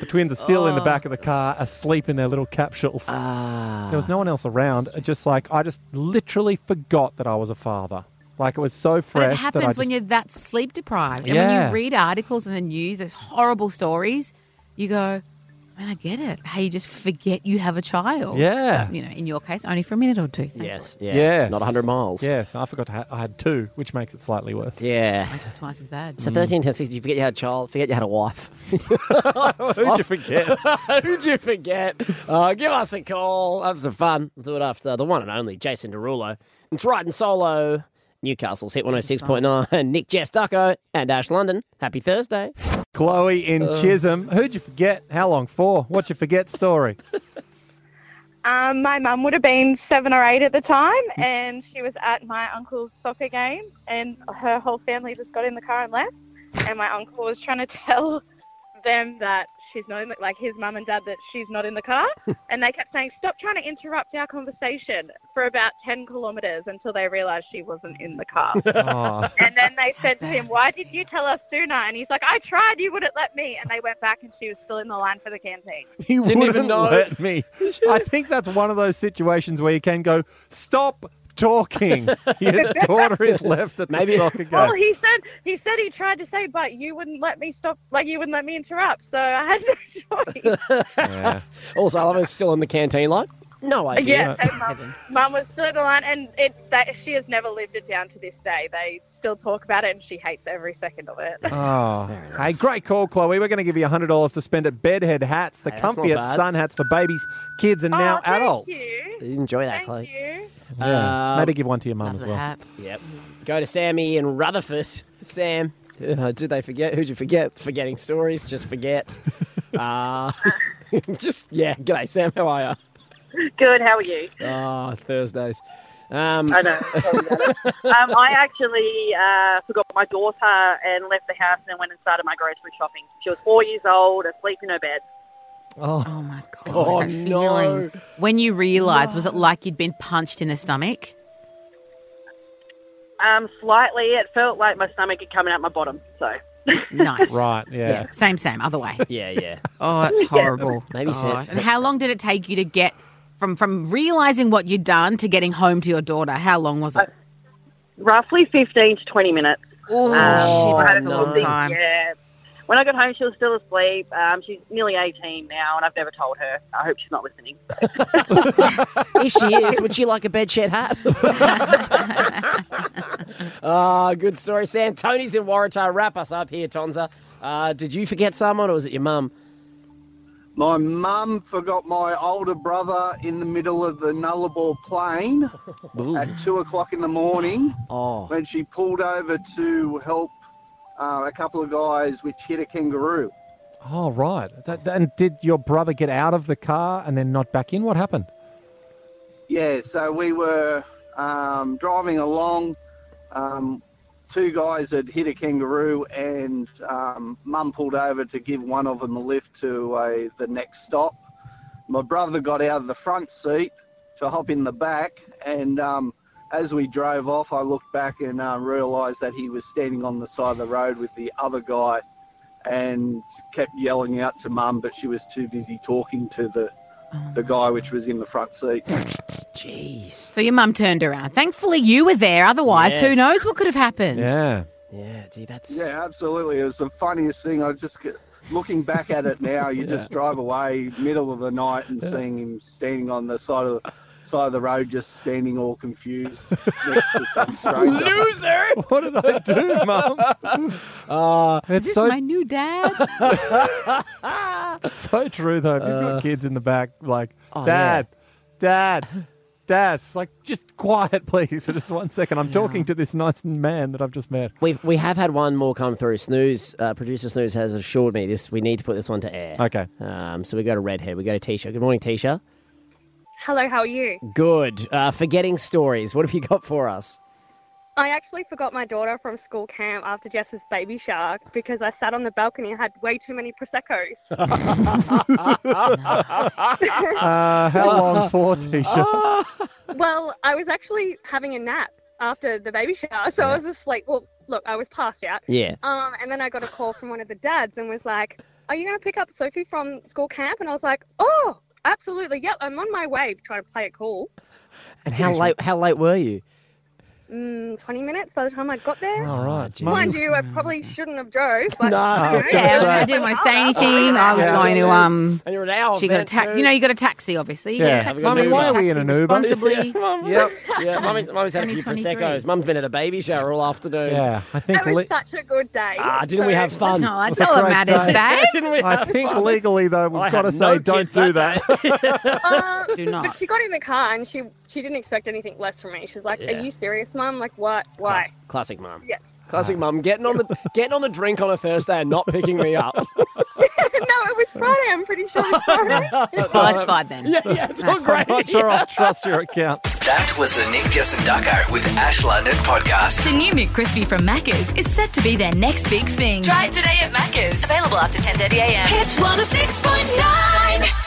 Speaker 5: Between the still
Speaker 4: Oh.
Speaker 5: in the back of the car, asleep in their little capsules.
Speaker 4: Ah.
Speaker 5: There was no one else around. It Just like I just literally forgot that I was a father. Like it was so
Speaker 6: But
Speaker 5: fresh
Speaker 6: it happens
Speaker 5: that I just
Speaker 6: when you're that sleep deprived. And when
Speaker 5: Yeah.
Speaker 6: you read articles in the news, there's horrible stories, you go, man, I get it. How you just forget you have a child.
Speaker 5: Yeah.
Speaker 6: You know, in your case, only for a minute or two. thankfully.
Speaker 4: Yeah.
Speaker 5: Yes.
Speaker 4: Not 100 miles.
Speaker 5: Yes, I forgot to ha- I had two, which makes it slightly worse. Mm.
Speaker 4: Yeah.
Speaker 6: It's twice as bad.
Speaker 4: So 13, 10, 16, you forget you had a child, forget you had a wife.
Speaker 5: Who'd you forget?
Speaker 4: Who'd you forget? Uh, give us a call. Have some fun. We'll do it after the one and only Jason Derulo. It's Riding Solo. Newcastle's hit 106.9. Nick Jestaco and Ash London. Happy Thursday.
Speaker 5: Chloe in
Speaker 4: Uh.
Speaker 5: Chisholm. Who'd you forget? How long for? What's your forget story?
Speaker 16: Um, my mum would have been seven or eight at the time, and she was at my uncle's soccer game, and her whole family just got in the car and left. And my uncle was trying to tell them that she's not in the, like his mum and dad that she's not in the car, and they kept saying, "Stop trying to interrupt our conversation." For about ten kilometers until they realised she wasn't in the car.
Speaker 5: Aw.
Speaker 16: And then they said to him, Why didn't you tell us sooner? And he's like, I tried, you wouldn't let me. And they went back and she was still in the line for the canteen.
Speaker 5: You
Speaker 4: Didn't even
Speaker 5: wouldn't
Speaker 4: know.
Speaker 5: let me. I think that's one of those situations where you can go, stop talking. Your daughter is left at
Speaker 4: Maybe-
Speaker 5: the soccer game.
Speaker 16: Well, he said he said he tried to say, but you wouldn't let me stop. Like you wouldn't let me interrupt, so I had no choice.
Speaker 4: Also, I love it's still in the canteen line. No idea.
Speaker 16: Yes, and mum, mum was still in the line, and it that she has never lived it down to this day. They still talk about it, and she hates every second of it.
Speaker 5: Oh, hey, great call, Chloe. We're going to give you $100 to spend at Bedhead Hats, the
Speaker 4: Hey, that's not
Speaker 5: comfiest
Speaker 4: bad.
Speaker 5: sun hats for babies, kids, and now
Speaker 4: thank
Speaker 5: adults.
Speaker 4: Enjoy that, Chloe.
Speaker 5: Yeah,
Speaker 4: Um,
Speaker 5: maybe give one to your mum as well.
Speaker 4: Yep. Go to Sammy in Rutherford. Sam, uh, did they forget? Who'd you forget? Forgetting stories, just forget. uh, just, yeah. G'day, Sam. How are
Speaker 17: Good. How are you?
Speaker 4: you? Oh, Thursdays. Um,
Speaker 17: I know. um, I actually uh, forgot my daughter and left the house and then went and started my grocery shopping. She was four years old, asleep in her bed.
Speaker 5: Oh,
Speaker 6: my God.
Speaker 17: Oh,
Speaker 6: that feeling. When you realised, was it like you'd been punched in the stomach?
Speaker 17: Um, slightly, it felt like my stomach had come out my bottom. So
Speaker 6: Nice.
Speaker 5: Right, yeah.
Speaker 6: Same, same, other way.
Speaker 4: Yeah, yeah.
Speaker 6: Oh, that's
Speaker 17: Yeah.
Speaker 6: horrible.
Speaker 4: Maybe so.
Speaker 6: Gosh. And how long did it take you to get from from realizing what you'd done to getting home to your daughter? How long was it?
Speaker 17: Uh, roughly fifteen to twenty minutes.
Speaker 6: Oh,
Speaker 17: I
Speaker 6: shit,
Speaker 17: Um, had
Speaker 6: that's
Speaker 17: a
Speaker 6: a
Speaker 17: little
Speaker 6: long
Speaker 17: thing,
Speaker 6: time.
Speaker 17: Yeah. When I got home, she was still asleep. Um, she's nearly 18 now, and I've never told her. I hope she's not listening.
Speaker 4: if she is, would she like a bed shed hat? Ah, good story, Sam. Tony's in Waratah. Wrap us up here, Tonza. Uh, did you forget someone or was it your mum?
Speaker 18: My mum forgot my older brother in the middle of the Nullarbor Plain at two o'clock in the morning
Speaker 4: Oh.
Speaker 18: when she pulled over to help uh, a couple of guys which hit a kangaroo.
Speaker 5: Oh, right. That, that- and did your brother get out of the car and then not back in? What happened?
Speaker 18: Yeah, so we were um, driving along. Um, two guys had hit a kangaroo, and um, mum pulled over to give one of them a lift to uh, the next stop. My brother got out of the front seat to hop in the back, and um, as we drove off, I looked back and uh, realised that he was standing on the side of the road with the other guy and kept yelling out to mum, but she was too busy talking to the, the guy which was in the front seat.
Speaker 4: Jeez.
Speaker 6: So your mum turned around. Thankfully, you were there. Otherwise, who
Speaker 18: Yes.
Speaker 6: knows what could have happened?
Speaker 5: Yeah.
Speaker 4: Yeah, gee, that's.
Speaker 18: Yeah, absolutely. It was the funniest thing. I just get, looking back at it now. You just drive away middle of the night and seeing him standing on the side of the side of the road, just standing all confused next to some stranger.
Speaker 4: Loser!
Speaker 5: What did I do, mum? Uh,
Speaker 6: Is
Speaker 5: it's
Speaker 6: this
Speaker 5: so
Speaker 6: my new dad?
Speaker 5: It's so true though. If you've
Speaker 4: Uh,
Speaker 5: got kids in the back, like
Speaker 4: Oh,
Speaker 5: dad, dad, dad. It's like just quiet, please, for just one second. I'm talking to this nice man that I've just met.
Speaker 4: We've, we have had one more come through. Snooze, uh, producer Snooze has assured me this. We need to put this one to air.
Speaker 5: Okay.
Speaker 4: Um, so we go to Redhead. We go to Tisha. Good morning, Tisha.
Speaker 19: Hello, how are you?
Speaker 4: Good. Uh, forgetting stories. What have you got for us?
Speaker 19: I actually forgot my daughter from school camp after Jess's baby shark because I sat on the balcony and had way too many Prosecco's.
Speaker 5: Uh, how long for,
Speaker 4: Oh,
Speaker 5: Tisha?
Speaker 19: well, I was actually having a nap after the baby shower, so I was asleep. Well, look, I was passed out.
Speaker 5: Yeah.
Speaker 19: Um, and then I got a call from one of the dads and was like, Are you going to pick up Sophie from school camp? And I was like, Oh, absolutely. Yep, I'm on my way trying to play it cool.
Speaker 4: And how late? How late were you?
Speaker 19: Mm, 20 minutes by the time I got there.
Speaker 4: All right,
Speaker 19: Mind you, I probably shouldn't have drove. But
Speaker 4: No, I was gonna
Speaker 6: Yeah, I didn't want to say anything. I was
Speaker 4: Yeah.
Speaker 6: going to um.
Speaker 4: And you're an hour
Speaker 6: She got a
Speaker 4: event
Speaker 6: taxi.
Speaker 4: too.
Speaker 6: You know, you got a taxi. Obviously, you got a taxi.
Speaker 4: Mummy,
Speaker 6: You
Speaker 4: why
Speaker 6: got a
Speaker 4: are we in
Speaker 6: taxi
Speaker 4: an Uber?
Speaker 6: Responsibly.
Speaker 4: yep. Yeah, mummy's,
Speaker 6: It's
Speaker 4: mummy's had a few
Speaker 6: 2023.
Speaker 4: prosecco's. Mum's been at a baby shower all afternoon.
Speaker 5: Yeah, I think
Speaker 19: That was
Speaker 5: le-
Speaker 19: such a good day.
Speaker 4: Ah, didn't we have fun?
Speaker 19: No,
Speaker 5: It was a great day.
Speaker 4: Didn't we
Speaker 5: I
Speaker 4: have
Speaker 5: think
Speaker 4: fun?
Speaker 5: legally though, we've
Speaker 4: I
Speaker 5: got to
Speaker 4: had
Speaker 5: say
Speaker 4: no
Speaker 5: don't
Speaker 4: kids
Speaker 5: do that.
Speaker 6: Do
Speaker 19: Um, But she got in the car and she she didn't expect anything less from me. She's like,
Speaker 4: Yeah.
Speaker 19: "Are you serious, mum? Like, what? Why?"
Speaker 4: Classic mum.
Speaker 19: Yeah.
Speaker 4: Classic mum getting on the getting on the drink on a Thursday and not picking me up.
Speaker 19: no, it was Friday. I'm pretty sure it was Friday.
Speaker 6: Oh, it's fine then.
Speaker 4: Yeah, yeah, it's all
Speaker 5: I'm
Speaker 4: great.
Speaker 5: not sure I trust your account.
Speaker 3: That was the Nick Jessenducko with Ash London podcast.
Speaker 1: The new McCrispy from Macca's is set to be their next big thing. Try it today at Macca's. Available after 10.30am. Hits 106.9.